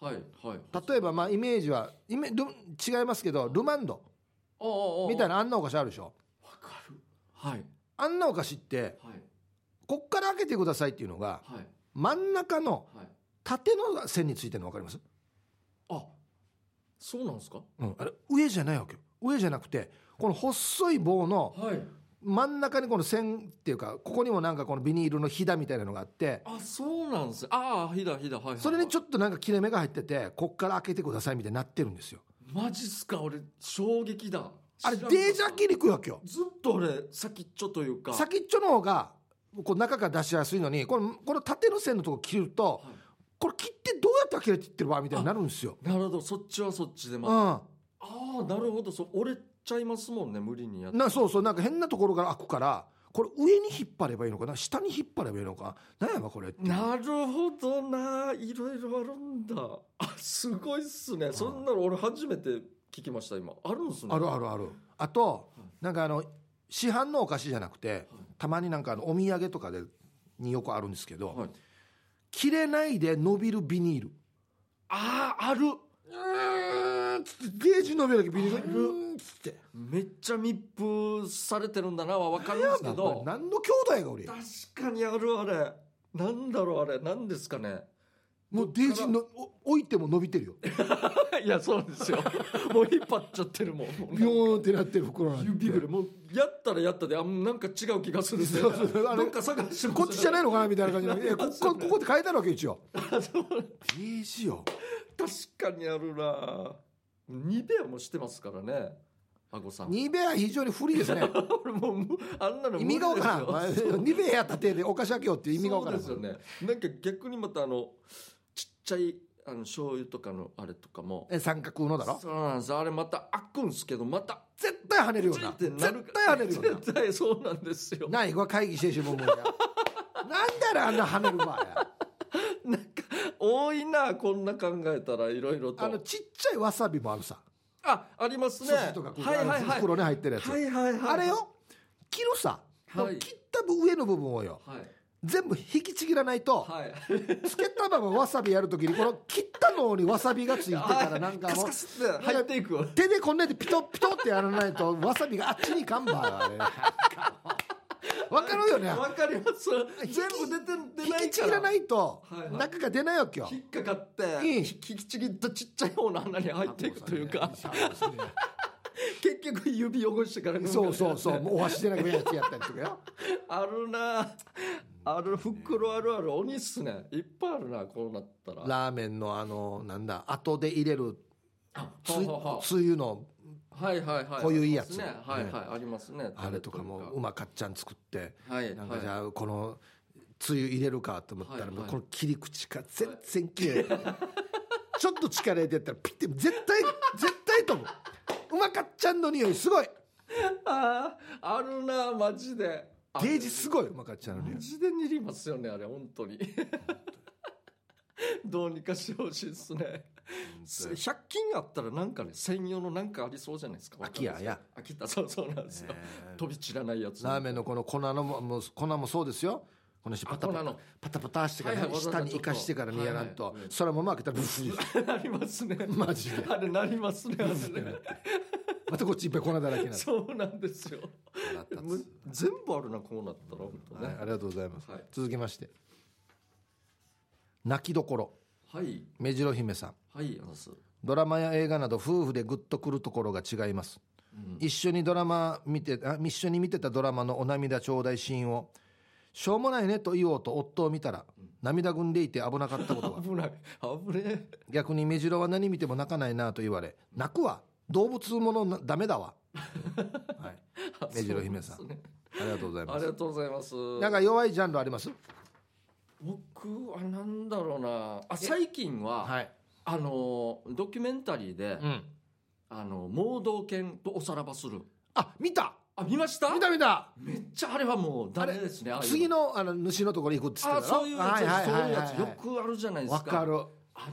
Speaker 1: はいはい
Speaker 2: 例えばまあイメージはイメル違いますけどルマンド
Speaker 1: ああああ
Speaker 2: みたいなあんなお菓子あるでしょ
Speaker 1: わかるはい
Speaker 2: あんなお菓子って
Speaker 1: はい
Speaker 2: こっから開けてくださいっていうのが
Speaker 1: はい
Speaker 2: 真ん中の
Speaker 1: はい
Speaker 2: 縦の線についてるの分かります、
Speaker 1: あそうなんですか
Speaker 2: うん、あれ上じゃないわけよ上じゃなくてこの細い棒の
Speaker 1: はい
Speaker 2: 真ん中にこの線っていうかここにもなんかこのビニールのひだみたいなのがあって
Speaker 1: あそうなんですねああひだひだはいはいはい
Speaker 2: それにちょっとなんか切れ目が入っててこっから開けてくださいみたいになってるんですよ
Speaker 1: マジっすか俺衝撃だ
Speaker 2: あれ
Speaker 1: 知らんかった
Speaker 2: デージ開きにくいわけよ
Speaker 1: ずっと俺先っちょというか
Speaker 2: 先っちょの方がこう中から出しやすいのにこのこの縦の線のとこ切ると
Speaker 1: は
Speaker 2: これ切ってどうやって開けるって言ってるわみたいになるんですよ
Speaker 1: いなるほどそっちはそっちで
Speaker 2: う
Speaker 1: ま
Speaker 2: ん
Speaker 1: たああなるほどそう折れちゃいますもんね無理にやって
Speaker 2: なそうそうなんか変なところから開くからこれ上に引っ張ればいいのかな下に引っ張ればいいのかな何やばこれっていう
Speaker 1: なるほどないろいろあるんだあすごいっすねそんなの俺初めて聞きました今あるんですね
Speaker 2: あるあるあるあと
Speaker 1: はい
Speaker 2: なんかあの市販のお菓子じゃなくてたまになんかあのお土産とかでによくあるんですけど、
Speaker 1: はい
Speaker 2: 切れないで伸びるビニール
Speaker 1: ああある
Speaker 2: うーんつってゲージ伸びるだけビニールが
Speaker 1: ある
Speaker 2: うーんつって
Speaker 1: めっちゃ密封されてるんだなは分かるんですけ
Speaker 2: なんかこれ
Speaker 1: ど
Speaker 2: 何の兄弟が俺
Speaker 1: 確かにあるあれなんだろうあれ何ですかね
Speaker 2: もうデージのお置いても伸びてるよ
Speaker 1: (laughs) いやそうですよ (laughs) もう引っ張っちゃってるもんもう
Speaker 2: ビヨーンってなってる袋なん
Speaker 1: 指
Speaker 2: て
Speaker 1: ぐらいもうやったらやったであなんか違う気がするんで
Speaker 2: そうそうそうあ
Speaker 1: な
Speaker 2: の
Speaker 1: んか探して
Speaker 2: こっちじゃ
Speaker 1: ない
Speaker 2: ないのかなみたいな (laughs) 感じでいやここここって書いてあるわけ一応デージよ
Speaker 1: 確かにあるなニベアもしてますからねあごさん
Speaker 2: ニベア非常に不利です (laughs) ね
Speaker 1: (laughs) 俺もう (laughs) むあんなの無
Speaker 2: 意
Speaker 1: 理ですよ
Speaker 2: 味がわからんまあニベアやった手でお菓子開けようっていう意味がわからん
Speaker 1: そうですよねなんか逆にまたあのちっちゃいあの醤油とかのあれとかも
Speaker 2: え三角のだろ
Speaker 1: そうなんですあれまた開くんですけどまた
Speaker 2: 絶対跳ねるよ (laughs)
Speaker 1: チン
Speaker 2: な
Speaker 1: って
Speaker 2: 絶
Speaker 1: なる
Speaker 2: 対跳ねるよな
Speaker 1: 絶対そうなんですよ
Speaker 2: ないわ会議してしもうもんやなんだろあんな跳ねる場や
Speaker 1: なんか多いなこんな考えたらいろいろと
Speaker 2: あのちっちゃいわさびもあるさ
Speaker 1: あありますね
Speaker 2: 寿司とかこう
Speaker 1: はいはいはい
Speaker 2: あの袋に入ってるやつ、
Speaker 1: はいはいはい
Speaker 2: あれよ切るさ、
Speaker 1: はい
Speaker 2: 切った分上の部分をよ
Speaker 1: はい
Speaker 2: 全部引きちぎらないと、
Speaker 1: はい
Speaker 2: つけたままわさびやるときにこの切ったのにわさびがついてからなんか
Speaker 1: カス
Speaker 2: もう
Speaker 1: カスって入っていく
Speaker 2: 手でこんなやってピトピトってやらないとわさびがあっちにいかんばあれわかるよね
Speaker 1: わかります全部出て出
Speaker 2: 引
Speaker 1: な
Speaker 2: き
Speaker 1: い
Speaker 2: ち
Speaker 1: か
Speaker 2: ぎら
Speaker 1: ら
Speaker 2: ないと
Speaker 1: はいはい
Speaker 2: 中が出ないわけよ
Speaker 1: 引っかかって
Speaker 2: いい
Speaker 1: 引きちぎったちっちゃい方の穴に入っていくというか結局指汚してから
Speaker 2: そうそうそうもうお箸でなくやつやったりとかよ
Speaker 1: あるなある袋あるある鬼っすねいっぱいあるなこうなったら
Speaker 2: ラーメンのあのなんだ後で入れるつ
Speaker 1: ほうほうほ
Speaker 2: つゆの
Speaker 1: うはいはいはい
Speaker 2: こういういいやつ
Speaker 1: ありますねはいはいありますね
Speaker 2: あれとかもうまかっちゃん作って
Speaker 1: はい
Speaker 2: なんかじ
Speaker 1: は
Speaker 2: ゃあこのつゆ入れるかと思った
Speaker 1: は
Speaker 2: ら
Speaker 1: い
Speaker 2: も
Speaker 1: は
Speaker 2: う
Speaker 1: い
Speaker 2: この切り口が全然綺麗だね (laughs) ちょっと力入れてったらピッて絶対絶対と思ううまかっちゃんの匂いすごい
Speaker 1: いあーあるなマジで
Speaker 2: ゲージすごいうまかっちゃんの匂
Speaker 1: マ
Speaker 2: い
Speaker 1: ジで煮りますよねあれ本当にどうにかしてほしいですね100均あったらなんかね専用のなんかありそうじゃないですか
Speaker 2: 空き家や
Speaker 1: 飽きたそうそうなんですよ、飛び散らないやつ
Speaker 2: ラーメンのこの粉のももう粉もそうですよこの人パタパ
Speaker 1: あ粉
Speaker 2: タ
Speaker 1: の
Speaker 2: パタパタしてからね、
Speaker 1: はいはい
Speaker 2: 下に生かしてからにやらんと、
Speaker 1: はいはい
Speaker 2: それもまけたらブスです
Speaker 1: なりますね
Speaker 2: マジで
Speaker 1: あれなりますねあれね
Speaker 2: またこっちいっぱい粉だらけになって
Speaker 1: そうなんですよ
Speaker 2: 腹立つ
Speaker 1: む全部あるなこうなったら本当
Speaker 2: はい
Speaker 1: ね
Speaker 2: ありがとうございます、
Speaker 1: はい
Speaker 2: 続きまして泣きどころ
Speaker 1: はい
Speaker 2: 目白姫さん
Speaker 1: はいあのす
Speaker 2: ドラマや映画など夫婦でグッとくるところが違います、一緒にドラマ見てあ一緒に見てたドラマのお涙頂戴シーンを「しょうもないね」と言おうと夫を見たら「涙ぐんでいて危なかった (laughs) ことは
Speaker 1: 危ない危ね
Speaker 2: 逆に目白は何見ても泣かないなと言われ泣くわ動物ものなダメだ (laughs) わ、はい、
Speaker 1: え
Speaker 2: 目白姫さん
Speaker 1: そうですね
Speaker 2: ありがとうござい
Speaker 1: あ
Speaker 2: ま
Speaker 1: り
Speaker 2: す
Speaker 1: がとうございます
Speaker 2: なんか弱いジャンルあります
Speaker 1: 僕はなんだろうなあ最近は、
Speaker 2: はい、
Speaker 1: あのドキュメンタリーで、
Speaker 2: うん、
Speaker 1: あの盲導犬とおさらばする
Speaker 2: あ見た
Speaker 1: あ見ました
Speaker 2: 見た見た
Speaker 1: めっちゃあれはもうダメですねああいう
Speaker 2: 次のあの主のところに行くって言っ
Speaker 1: あ
Speaker 2: てた
Speaker 1: そういうやつですそういうや
Speaker 2: は
Speaker 1: つ
Speaker 2: い
Speaker 1: よ
Speaker 2: はいはい
Speaker 1: くあるじゃないです
Speaker 2: わ
Speaker 1: か
Speaker 2: かる
Speaker 1: あ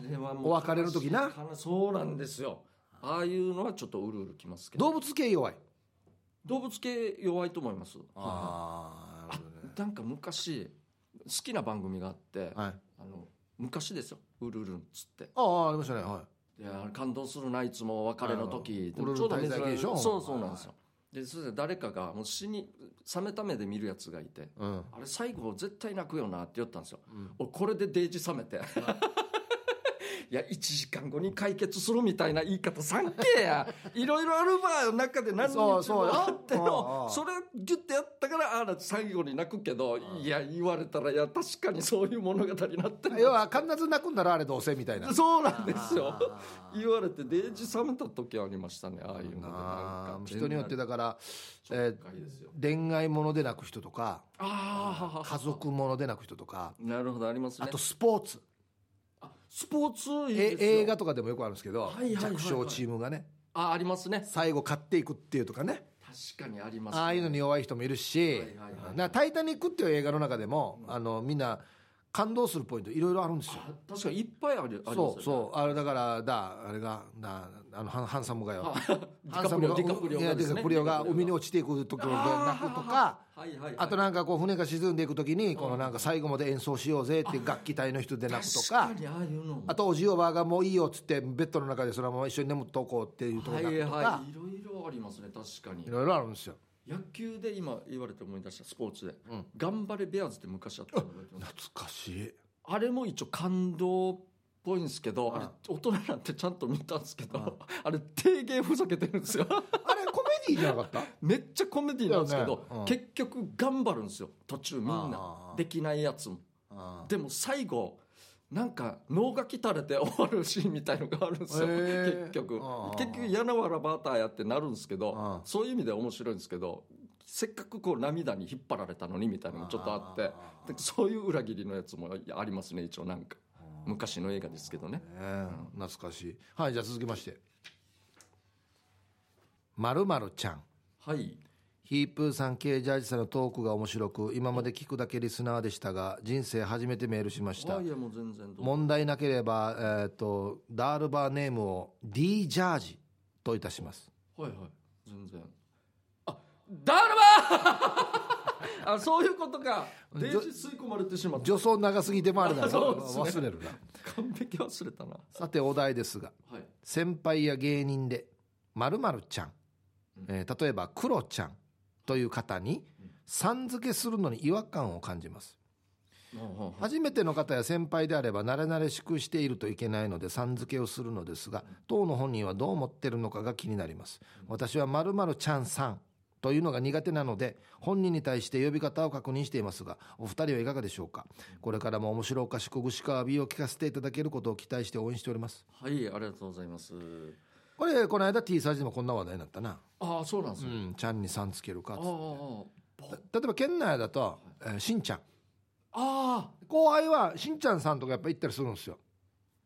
Speaker 1: れはもう
Speaker 2: お別れの時な
Speaker 1: 悲しい話そうなんですよああいうのはちょっとうるうるきますけど
Speaker 2: 動物系弱い
Speaker 1: 動物系弱いと思います
Speaker 2: ああなるほ
Speaker 1: はいなんか昔好きな番組があって
Speaker 2: どねはい
Speaker 1: あの昔ですよ「うるるん」っつって
Speaker 2: ああありましたねはい
Speaker 1: いやー感動するな、いつもお別れの時。
Speaker 2: あー
Speaker 1: でもちょうど
Speaker 2: ウル
Speaker 1: 珍
Speaker 2: ル滞在
Speaker 1: しい。
Speaker 2: 系でしょ
Speaker 1: そうそうなんですよ。で、それで誰かが、もう死に、冷めた目で見るやつがいて、
Speaker 2: うん
Speaker 1: あれ最後絶対泣くよなって言ったんですよ。俺これでデイジ冷めて。 (laughs) いや、1時間後に解決するみたいな言い方、さんけや。いろいろあるばよ、中で何日
Speaker 2: そ
Speaker 1: も
Speaker 2: うそ
Speaker 1: (laughs)
Speaker 2: うよ
Speaker 1: あって
Speaker 2: うんう
Speaker 1: の
Speaker 2: ん、
Speaker 1: それギュッてやったから、ああ、最後に泣くけど、いや、言われたら、いや、確かにそういう物語になってるな
Speaker 2: 要は必ず泣くんだらあれどうせみたいな
Speaker 1: そうなんですよ
Speaker 2: あ。ー
Speaker 1: 言われて、デイジ冷めた時ありましたね、ああいうのでなん
Speaker 2: あ
Speaker 1: か
Speaker 2: ー人によってだから、
Speaker 1: ちょ
Speaker 2: え
Speaker 1: っかいですよ。
Speaker 2: ー恋愛もので泣く人とか
Speaker 1: ああ、
Speaker 2: 家族もので泣く人とか
Speaker 1: なるほど、ありますね。
Speaker 2: あとスポーツ
Speaker 1: あスポーツいい
Speaker 2: え
Speaker 1: ですよ
Speaker 2: 映画とかでもよくあるんですけど、
Speaker 1: はいはいはいはい
Speaker 2: 弱小チームがね
Speaker 1: あ、ありますね。
Speaker 2: 最後勝っていくっていうとかね
Speaker 1: 確かにありますね。
Speaker 2: ああいうのに弱い人もいるし
Speaker 1: はいはいはい
Speaker 2: 「なタイタニック」っていう映画の中でも、あのみんな感動するポイントいろいろあるんですよ
Speaker 1: あ。確かにいっぱいある。ありますよね
Speaker 2: そうそうあれだからだあれがなあのハンハンサムがよ
Speaker 1: あデ
Speaker 2: ハ
Speaker 1: ィ
Speaker 2: ン
Speaker 1: カ
Speaker 2: サ
Speaker 1: プ
Speaker 2: ム
Speaker 1: リオ、
Speaker 2: が
Speaker 1: ディカプリオ
Speaker 2: いや
Speaker 1: がで
Speaker 2: ディ
Speaker 1: す
Speaker 2: カ
Speaker 1: ね
Speaker 2: プリオが海に落ちていくところで泣くとか。
Speaker 1: はいはいはい。
Speaker 2: あとなんかこう船が沈んでいくときにこのなんか最後まで演奏しようぜっていう楽器隊の人で泣くとか
Speaker 1: 確かにああいうのも。
Speaker 2: あとおじおばあがもういいよっつってベッドの中でそのまま一緒に眠っとこうっていうとこ
Speaker 1: は
Speaker 2: ろ泣
Speaker 1: い
Speaker 2: くと
Speaker 1: は
Speaker 2: か
Speaker 1: い。いろいろありますね、確かに
Speaker 2: い。ろいろあるんですよ
Speaker 1: 野球で今言われて思い出した、スポーツで
Speaker 2: うん。
Speaker 1: 頑張れベアーズって昔あったの覚えてます
Speaker 2: 懐かしい
Speaker 1: あれも一応感動っぽいんですけど、
Speaker 2: うん
Speaker 1: あれ大人になってちゃんと見たんですけど、 (laughs) あれ低芸ふざけてるん
Speaker 2: (laughs)
Speaker 1: ですよ
Speaker 2: あれコメディじゃなかった
Speaker 1: めっちゃコメディなんですけど
Speaker 2: だ、よねうん
Speaker 1: 結局頑張るんですよ途中みん
Speaker 2: あ
Speaker 1: な
Speaker 2: ー
Speaker 1: できないやつも
Speaker 2: あ
Speaker 1: でも最後なんか脳がき垂れて終わるシーンみたいのがあるんですよ、
Speaker 2: へー
Speaker 1: 結局
Speaker 2: あー
Speaker 1: 結局柳原バーターやってなるんですけ
Speaker 2: あ
Speaker 1: ど
Speaker 2: ー
Speaker 1: そういう意味では面白いんですけどせっかくこう涙に引っ張られたのにみたいなのもちょっとあって
Speaker 2: あ
Speaker 1: でそういう裏切りのやつもありますね一応なんか
Speaker 2: ね
Speaker 1: 昔の映画ですけどね
Speaker 2: え懐かしいはいじゃあ続きましてまるまるちゃん
Speaker 1: はい
Speaker 2: ヒープーさんケージャージさんのトークが面白く今まで聞くだけリスナーでしたが人生初めてメールしました
Speaker 1: あいやもう全然どうぞ
Speaker 2: 問題なければ、えー、とダールバーネームを D ジャージといたします
Speaker 1: はいはい全然あダルバー (laughs) あそういうこと
Speaker 2: (laughs)
Speaker 1: か
Speaker 2: ょ
Speaker 1: デイジ吸い込まれてしまった
Speaker 2: 助走長すぎてもあれだ
Speaker 1: (laughs)
Speaker 2: な
Speaker 1: そうですね
Speaker 2: 忘れるな
Speaker 1: 完璧忘れたな
Speaker 2: さてお題ですが
Speaker 1: はい
Speaker 2: 先輩や芸人で〇〇ちゃん、えー例えばクロちゃんという方にさん付けするのに違和感を感じます
Speaker 1: あああ
Speaker 2: 初めての方や先輩であれば慣れ慣れしくしているといけないのでさん付けをするのですが当の本人はどう思ってるのかが気になります私は〇〇ちゃんさんというのが苦手なので本人に対して呼び方を確認していますがお二人はいかがでしょうかこれからも面白おかしくぐしかわびを聞かせていただけることを期待して応援しております
Speaker 1: はいありがとうございます
Speaker 2: これこの間 T サージでもこんな話題になったな
Speaker 1: ああそうなんです
Speaker 2: う
Speaker 1: よ、
Speaker 2: んちゃんにさんつけるかっつって
Speaker 1: ああ
Speaker 2: 例えば県内だと、えーしんちゃん
Speaker 1: あ
Speaker 2: 後輩はしんちゃんさんとかやっぱ行ったりするんですよ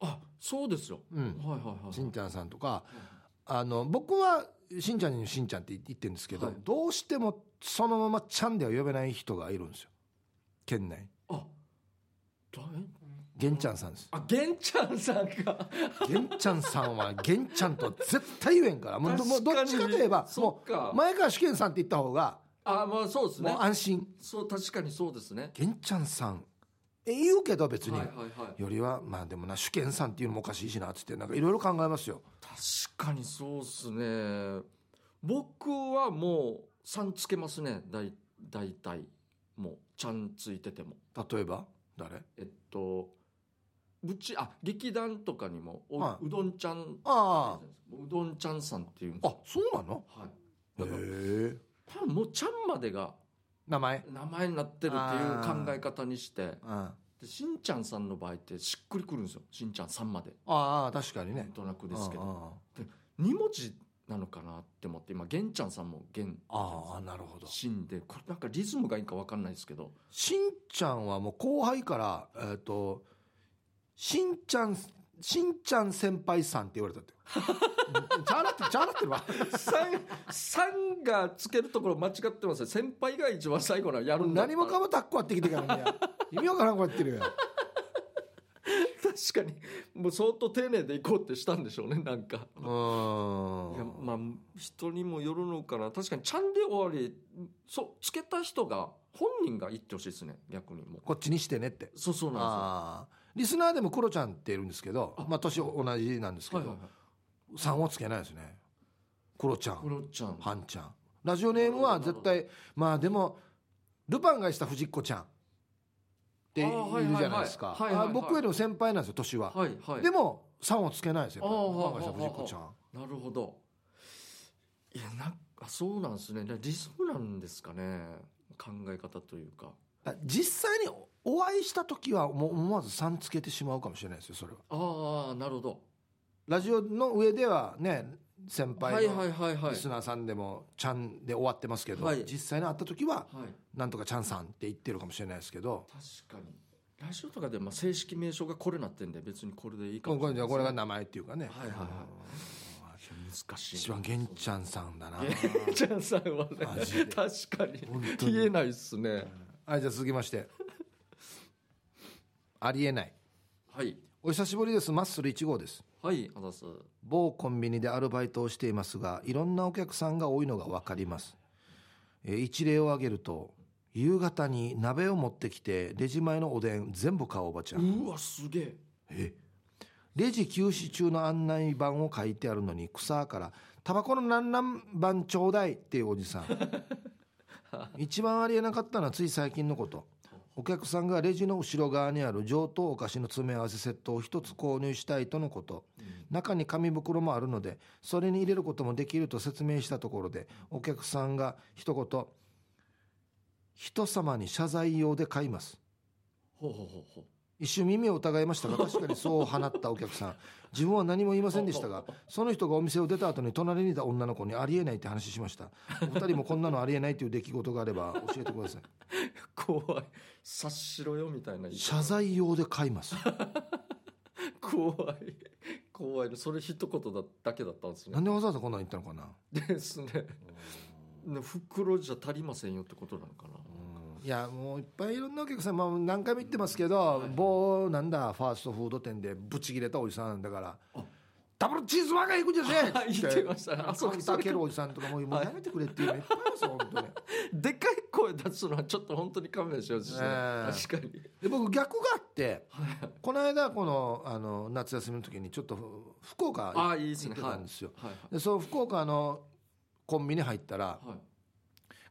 Speaker 1: ああそうですよ、
Speaker 2: うん
Speaker 1: はいはいはい
Speaker 2: しんちゃんさんとか、あの僕はしんちゃんにしんちゃんって言ってるんですけど、
Speaker 1: はい
Speaker 2: どうしてもそのままちゃんでは呼べない人がいるんですよ県内
Speaker 1: あ誰
Speaker 2: げんちゃんさんです
Speaker 1: あげんちゃんさん
Speaker 2: (laughs)
Speaker 1: か
Speaker 2: げんちゃんさ
Speaker 1: (laughs)
Speaker 2: んはげんちゃんとは絶対言えんからもうどもうど
Speaker 1: 確
Speaker 2: っ
Speaker 1: に
Speaker 2: ちかといえば
Speaker 1: そ
Speaker 2: も
Speaker 1: っか
Speaker 2: う前川主健さんって言った方が
Speaker 1: あまあそうです
Speaker 2: も
Speaker 1: ね
Speaker 2: う安心
Speaker 1: そう確かにそうですね
Speaker 2: げんちゃんさんえ言うけど別に、
Speaker 1: はいはいはい
Speaker 2: よりはまあでもな主権さんっていうのもおかしいしなっつってなんかいろいろ考えますよ
Speaker 1: 確かにそうっすね僕はもう3つけますねだい大体もうちゃんついてても
Speaker 2: 例えば誰
Speaker 1: えっとうちあ劇団とかにもお、
Speaker 2: はいう
Speaker 1: どんちゃんって
Speaker 2: あ
Speaker 1: 言うんですうどんちゃんさんっていうんで
Speaker 2: ああそうなの
Speaker 1: すはい
Speaker 2: へ
Speaker 1: だから
Speaker 2: え
Speaker 1: 多分もうちゃんまでが
Speaker 2: 名前
Speaker 1: 名前になってるっていう考え方にして
Speaker 2: うん
Speaker 1: でしんちゃんさんの場合ってしっくりくるんですよしんちゃんさんまで
Speaker 2: ああ確かに
Speaker 1: なん
Speaker 2: ね
Speaker 1: となくですけど
Speaker 2: あ
Speaker 1: 2文字なのかなって思って今げんちゃんさんもげん
Speaker 2: あああなるほど
Speaker 1: しんでこれなんかリズムがいいか分かんないですけど
Speaker 2: しんちゃんはもう後輩からえっ、としんちゃんしんちゃん先輩さんって言われたって
Speaker 1: (laughs)
Speaker 2: うんチャラってチャラってるわ
Speaker 1: さんさんがつけるところ間違ってますよ先輩が一番最後のやるんだ
Speaker 2: 何もかもタッコ割ってきてからね意味わからんこうやってるよ
Speaker 1: 確かにもう相当丁寧でいこうってしたんでしょうねなんか
Speaker 2: う
Speaker 1: いや
Speaker 2: ーん
Speaker 1: まあ人にもよるのかな確かに「ちゃん」で終わりそうつけた人が本人が言ってほしいですね逆にもう
Speaker 2: こっちにしてねって
Speaker 1: そうそうなん
Speaker 2: ああリスナーでもクロちゃんっているんですけど
Speaker 1: あ
Speaker 2: まあ年同じなんです
Speaker 1: です
Speaker 2: け
Speaker 1: よ
Speaker 2: ど、
Speaker 1: はいはいはい
Speaker 2: さんはつけないですねクロちゃん
Speaker 1: クロちゃん
Speaker 2: ハンちゃんラジオネームは絶対まあでもルパンがした藤子ちゃんってい
Speaker 1: あーはい
Speaker 2: るじゃないですか
Speaker 1: はいはいはい
Speaker 2: あ僕よりも先輩なんですよ年は、
Speaker 1: はいはい
Speaker 2: でも3をつけないですよ
Speaker 1: あー
Speaker 2: ルパンがした
Speaker 1: はいはい
Speaker 2: 藤
Speaker 1: はい
Speaker 2: 子ちゃん
Speaker 1: なるほどいやなんかそうなんですねリズムなんですかね考え方というか
Speaker 2: あ実際にお会いした時はもう思わず3つけてしまうかもしれないですよそれは
Speaker 1: ああなるほど
Speaker 2: ラジオの上ではね先
Speaker 1: は
Speaker 2: 輩
Speaker 1: いは
Speaker 2: の
Speaker 1: いはいはい
Speaker 2: リスナーさんでも「ちゃん」で終わってますけど、
Speaker 1: はい
Speaker 2: 実際に会った時は
Speaker 1: はい
Speaker 2: 「なんとかちゃんさん」って言ってるかもしれないですけど
Speaker 1: 確かにラジオとかでまあ正式名称がこれなってんで別にこれでいいかもし
Speaker 2: こ
Speaker 1: れ
Speaker 2: れ
Speaker 1: ない
Speaker 2: これが
Speaker 1: い
Speaker 2: 名前っていうかね、
Speaker 1: はいはいはい難しい
Speaker 2: 一番
Speaker 1: (laughs)
Speaker 2: 玄ちゃんさんだな。
Speaker 1: ゲンちゃんさんはね
Speaker 2: マジ
Speaker 1: 確か
Speaker 2: 本
Speaker 1: に
Speaker 2: 当に
Speaker 1: 消えないっすね
Speaker 2: はい、じゃあ続きまして。ありえない。
Speaker 1: はい
Speaker 2: お久しぶりです。マッスル1号です。
Speaker 1: はいあざっす
Speaker 2: 某コンビニでアルバイトをしていますが、いろんなお客さんが多いのがわかります。えー一例を挙げると、夕方に鍋を持ってきて、レジ前のおでん全部買うおばちゃん。
Speaker 1: うわすげえ
Speaker 2: レジ休止中の案内板を書いてあるのに、草から、タバコの何々番ちょうだいっていうお
Speaker 1: (laughs)
Speaker 2: じさん。一番ありえなかったのはつい最近のことお客さんがレジの後ろ側にある上等お菓子の詰め合わせセットを一つ購入したいとのこと中に紙袋もあるのでそれに入れることもできると説明したところでお客さんが一言「人様に謝罪用で買います」
Speaker 1: ほうほうほうほう
Speaker 2: 一瞬耳を疑いましたが確かにそう放ったお客さん自分は何も言いませんでしたがその人がお店を出た後に隣にいた女の子にありえないって話しましたお二人もこんなのありえないという出来事があれば教えてください
Speaker 1: 怖い察しろよみたいな
Speaker 2: 謝罪用で買います
Speaker 1: 怖い怖いねそれ一言だだけだったんです
Speaker 2: な
Speaker 1: ね
Speaker 2: んでわざわざこんなん言ったのかな
Speaker 1: ですねね袋じゃ足りませんよってことなのかない
Speaker 2: やもういっぱいいろんなお客さん、まあ、何回も言ってますけど某なんだファーストフード店でブチ切れたおじさんだから
Speaker 1: あ
Speaker 2: ダブルチーズバーガー行くんじゃ
Speaker 1: (laughs)
Speaker 2: ね
Speaker 1: あ言ってましたねあ
Speaker 2: あ
Speaker 1: そ
Speaker 2: そうう
Speaker 1: か
Speaker 2: かけるおじさんとかもうもうやめてくれっていうのいっぱいいますよ本当に
Speaker 1: でかい声出すのはちょっと本当に勘弁してほしいですね
Speaker 2: ええ
Speaker 1: 確かに
Speaker 2: で僕逆があって
Speaker 1: はい
Speaker 2: この間このあの夏休みの時にちょっと福岡
Speaker 1: あ
Speaker 2: 行
Speaker 1: あいいです
Speaker 2: っ
Speaker 1: ね
Speaker 2: てたんですよ
Speaker 1: はいはい
Speaker 2: でその福岡のコンビニ入ったら
Speaker 1: はい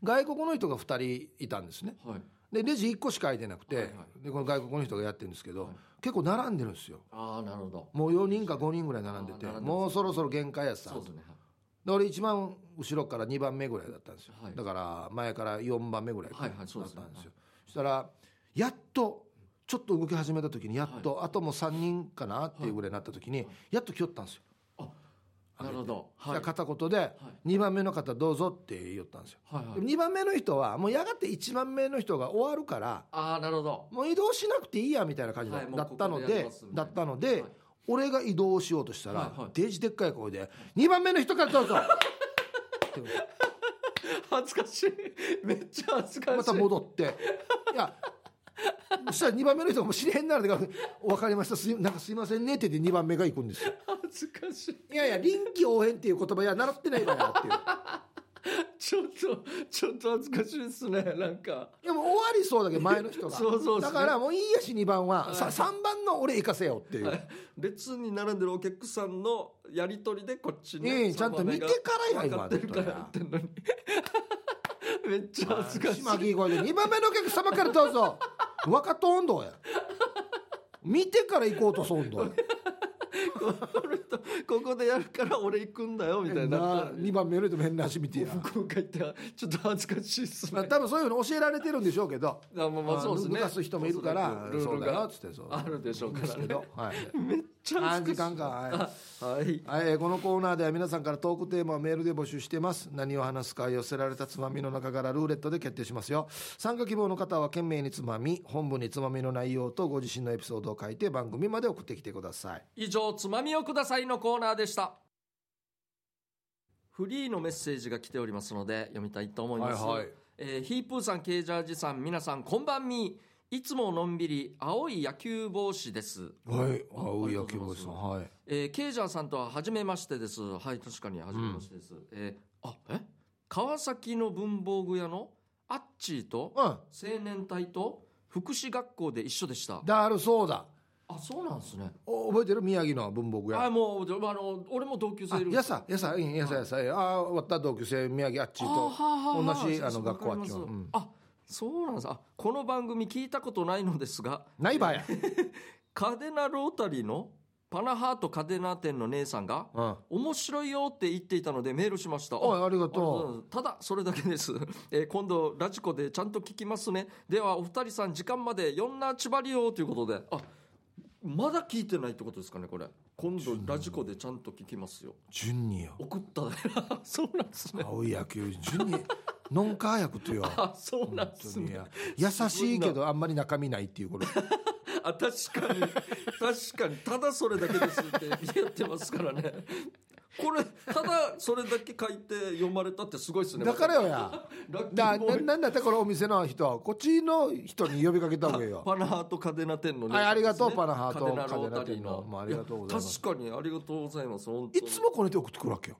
Speaker 2: 外国の人が2人いたんですね
Speaker 1: はい
Speaker 2: でレジ1個しか空いてなくて、
Speaker 1: はいは
Speaker 2: でこの外国の人がやってるんですけど、
Speaker 1: はい
Speaker 2: 結構並んでるんですよ
Speaker 1: ああなるほど
Speaker 2: もう4人か5人ぐらい並んでて
Speaker 1: あー並んでます
Speaker 2: もうそろそろ限界やさ
Speaker 1: そうですね
Speaker 2: で俺一番後ろから2番目ぐらいだったんですよ、
Speaker 1: はい
Speaker 2: だから前から4番目ぐらいだった
Speaker 1: はい
Speaker 2: ん
Speaker 1: はい
Speaker 2: です
Speaker 1: そ
Speaker 2: よ、
Speaker 1: うですね
Speaker 2: そしたらやっとちょっと動き始めた時にやっと、あともう3人かなっていうぐらいになった時に、やっと来よったんですよ、
Speaker 1: なるほど
Speaker 2: じゃあ片言で2番目の方どうぞって言ったんですよ、
Speaker 1: はいは
Speaker 2: で
Speaker 1: い
Speaker 2: も2番目の人はもうやがて1番目の人が終わるから
Speaker 1: ああなるほど
Speaker 2: もう移動しなくていいやみたいな感じだ,、
Speaker 1: はいもう
Speaker 2: だったの
Speaker 1: ここでや
Speaker 2: で
Speaker 1: りますみた
Speaker 2: だ
Speaker 1: いな
Speaker 2: ったので、
Speaker 1: はい
Speaker 2: 俺が移動しようとしたら、
Speaker 1: はいはい
Speaker 2: デージでっかい声で「2番目の人から (laughs) どうぞ! 」
Speaker 1: 恥ずかしいめっちゃ恥ずかしい
Speaker 2: また戻っていやそしたら2番目の人がもう知り合いになるでから「分かりましたすいなんかすいませんね」って言って2番目が行くんですよ
Speaker 1: 恥ずかしい
Speaker 2: (laughs) いやいや臨機応変っていう言葉いや習ってないわよ (laughs) っていう
Speaker 1: ちょっとちょっと恥ずかしいですねなんか
Speaker 2: いやもう終わりそうだけど前の人が
Speaker 1: そうそうそう
Speaker 2: だからもういいやし2番は、さ3番の俺行かせよっていう、
Speaker 1: 列に並んでるお客さんのやり取りでこっちに、
Speaker 2: ええちゃんと見てからや今
Speaker 1: 分かってるからやってんのに (laughs) めっちゃ恥ずかしい
Speaker 2: 島木声で2番目のお客様からどうぞ (laughs) 若と温度や見てから行こうとそう温度や
Speaker 1: (laughs) ここでやるから俺行くんだよみたいな
Speaker 2: な2番目よりとも変な足見てや、
Speaker 1: 福岡行ってちょっと恥ずかしいっす
Speaker 2: まあ、
Speaker 1: ね
Speaker 2: 多分そういうふうに教えられてるんでしょうけど
Speaker 1: あまあまあそうですね
Speaker 2: 抜かす人もいるから
Speaker 1: ルール
Speaker 2: そうだよ
Speaker 1: が
Speaker 2: っつってそう
Speaker 1: あるでしょうから
Speaker 2: け
Speaker 1: ね
Speaker 2: ど、はい、
Speaker 1: めっちゃ
Speaker 2: あ
Speaker 1: 恥
Speaker 2: 時
Speaker 1: ずかし
Speaker 2: 間かはい
Speaker 1: い (laughs) はい
Speaker 2: はい、えーこのコーナーでは皆さんからトークテーマをメールで募集してます何を話すか寄せられたつまみの中からルーレットで決定しますよ参加希望の方は懸命につまみ本文につまみの内容とご自身のエピソードを書いて番組まで送ってきてください
Speaker 1: 以上「つまみをください」のコーナーでしたフリーのメッセージが来ておりますので読みたいと思います、
Speaker 2: はいはい
Speaker 1: えーヒープーさんケージャージさん皆さんこんばんみいつものんびり青い野球帽子です
Speaker 2: はい
Speaker 1: あ
Speaker 2: 青
Speaker 1: あ
Speaker 2: い
Speaker 1: りが
Speaker 2: 野
Speaker 1: と
Speaker 2: 球
Speaker 1: うご
Speaker 2: 帽
Speaker 1: ざいます
Speaker 2: 子さんはい
Speaker 1: えー、ケイジャーさんとは初めましてです。はい、確かに初めましてです。えーあ、え川崎の文房具屋のアッチーと
Speaker 2: うん
Speaker 1: 青年隊と福祉学校で一緒でした。
Speaker 2: だるそうだ
Speaker 1: あ、そうなんですね。
Speaker 2: お覚えてる宮城の文房具
Speaker 1: あ、
Speaker 2: 屋
Speaker 1: もう、でもあの、俺も同級生
Speaker 2: あ
Speaker 1: いる。
Speaker 2: やさやさうんやさやさああ終わった同級生宮城あっち
Speaker 1: あ
Speaker 2: と
Speaker 1: はあはあは
Speaker 2: 同じあ
Speaker 1: そうそ
Speaker 2: の
Speaker 1: う
Speaker 2: 学校あ
Speaker 1: わ
Speaker 2: っ
Speaker 1: かり
Speaker 2: ち
Speaker 1: ます
Speaker 2: の、うん、
Speaker 1: あ、そうなんです。あ、この番組聞いたことないのですが、
Speaker 2: ないばや、
Speaker 1: カデナロータリーのパナハートカデナ店の姉さんが、
Speaker 2: うん、
Speaker 1: 面白いよって言っていたのでメールしました。あ
Speaker 2: おいありが
Speaker 1: ありがとう
Speaker 2: と
Speaker 1: ございますただそれだけです、 (laughs) えー今度ラジコでちゃんと聞きますねではお二人さん時間までよんなちばりよということであまだ聞いてないってことですかねこれ今度ラジコでちゃんと聞きますよ
Speaker 2: うジュニア
Speaker 1: 送ったそうなんですね (laughs)
Speaker 2: 青い野球ジュニアノンカー役とよ
Speaker 1: (laughs) あそうなん
Speaker 2: 本
Speaker 1: です
Speaker 2: 当に
Speaker 1: ね
Speaker 2: や優しいけどあんまり中身ないっていうこれ
Speaker 1: あ確かに確かにただそれだけですって言ってますからねこれただそれだけ書いて読まれたってすごいですね
Speaker 2: だからよや
Speaker 1: (laughs) ラッキー
Speaker 2: だ
Speaker 1: ボ
Speaker 2: な
Speaker 1: ーイ
Speaker 2: なんだったらこのお店の人はこっちの人に呼びかけた方がいい
Speaker 1: (laughs)
Speaker 2: よ
Speaker 1: パナハートカデナ店の
Speaker 2: はいありがとう
Speaker 1: です
Speaker 2: パナハート
Speaker 1: カデナロータリー
Speaker 2: カデナ
Speaker 1: の
Speaker 2: 店のもうありがとうございます
Speaker 1: や確かにありがとうございます本当
Speaker 2: い
Speaker 1: に
Speaker 2: つもこれで送ってくるわけよ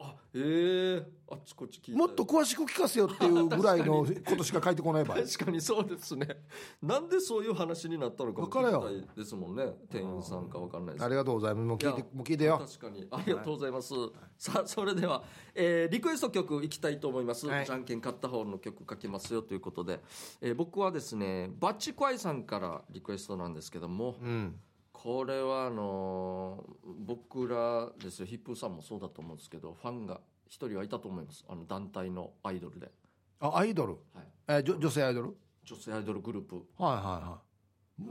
Speaker 1: あええあっちこっち聞いて
Speaker 2: もっと詳しく聞かせよっていうぐら
Speaker 1: (laughs)
Speaker 2: いのことしか書いてこない場合
Speaker 1: 確かにそうですねなんでそういう話になったのかも
Speaker 2: わからよ
Speaker 1: 聞きたいですもんね店員さんかわかんないです
Speaker 2: ありがとうございますもう
Speaker 1: い
Speaker 2: 聞いて
Speaker 1: や
Speaker 2: もう聞いてよ
Speaker 1: 確かにありがとうございます、さあそれでは、えーリクエスト曲いきたいと思います、
Speaker 2: はい
Speaker 1: じゃんけん勝った方の曲かけますよということで、えー僕はですねバッチコアイさんからリクエストなんですけども、
Speaker 2: うん
Speaker 1: これはあのー僕らですよヒップーさんもそうだと思うんですけどファンが一人はいたと思いますあの団体のアイドルで、
Speaker 2: あアイドル
Speaker 1: はい、
Speaker 2: え女女性アイドル
Speaker 1: 女性アイドルグループ
Speaker 2: はいは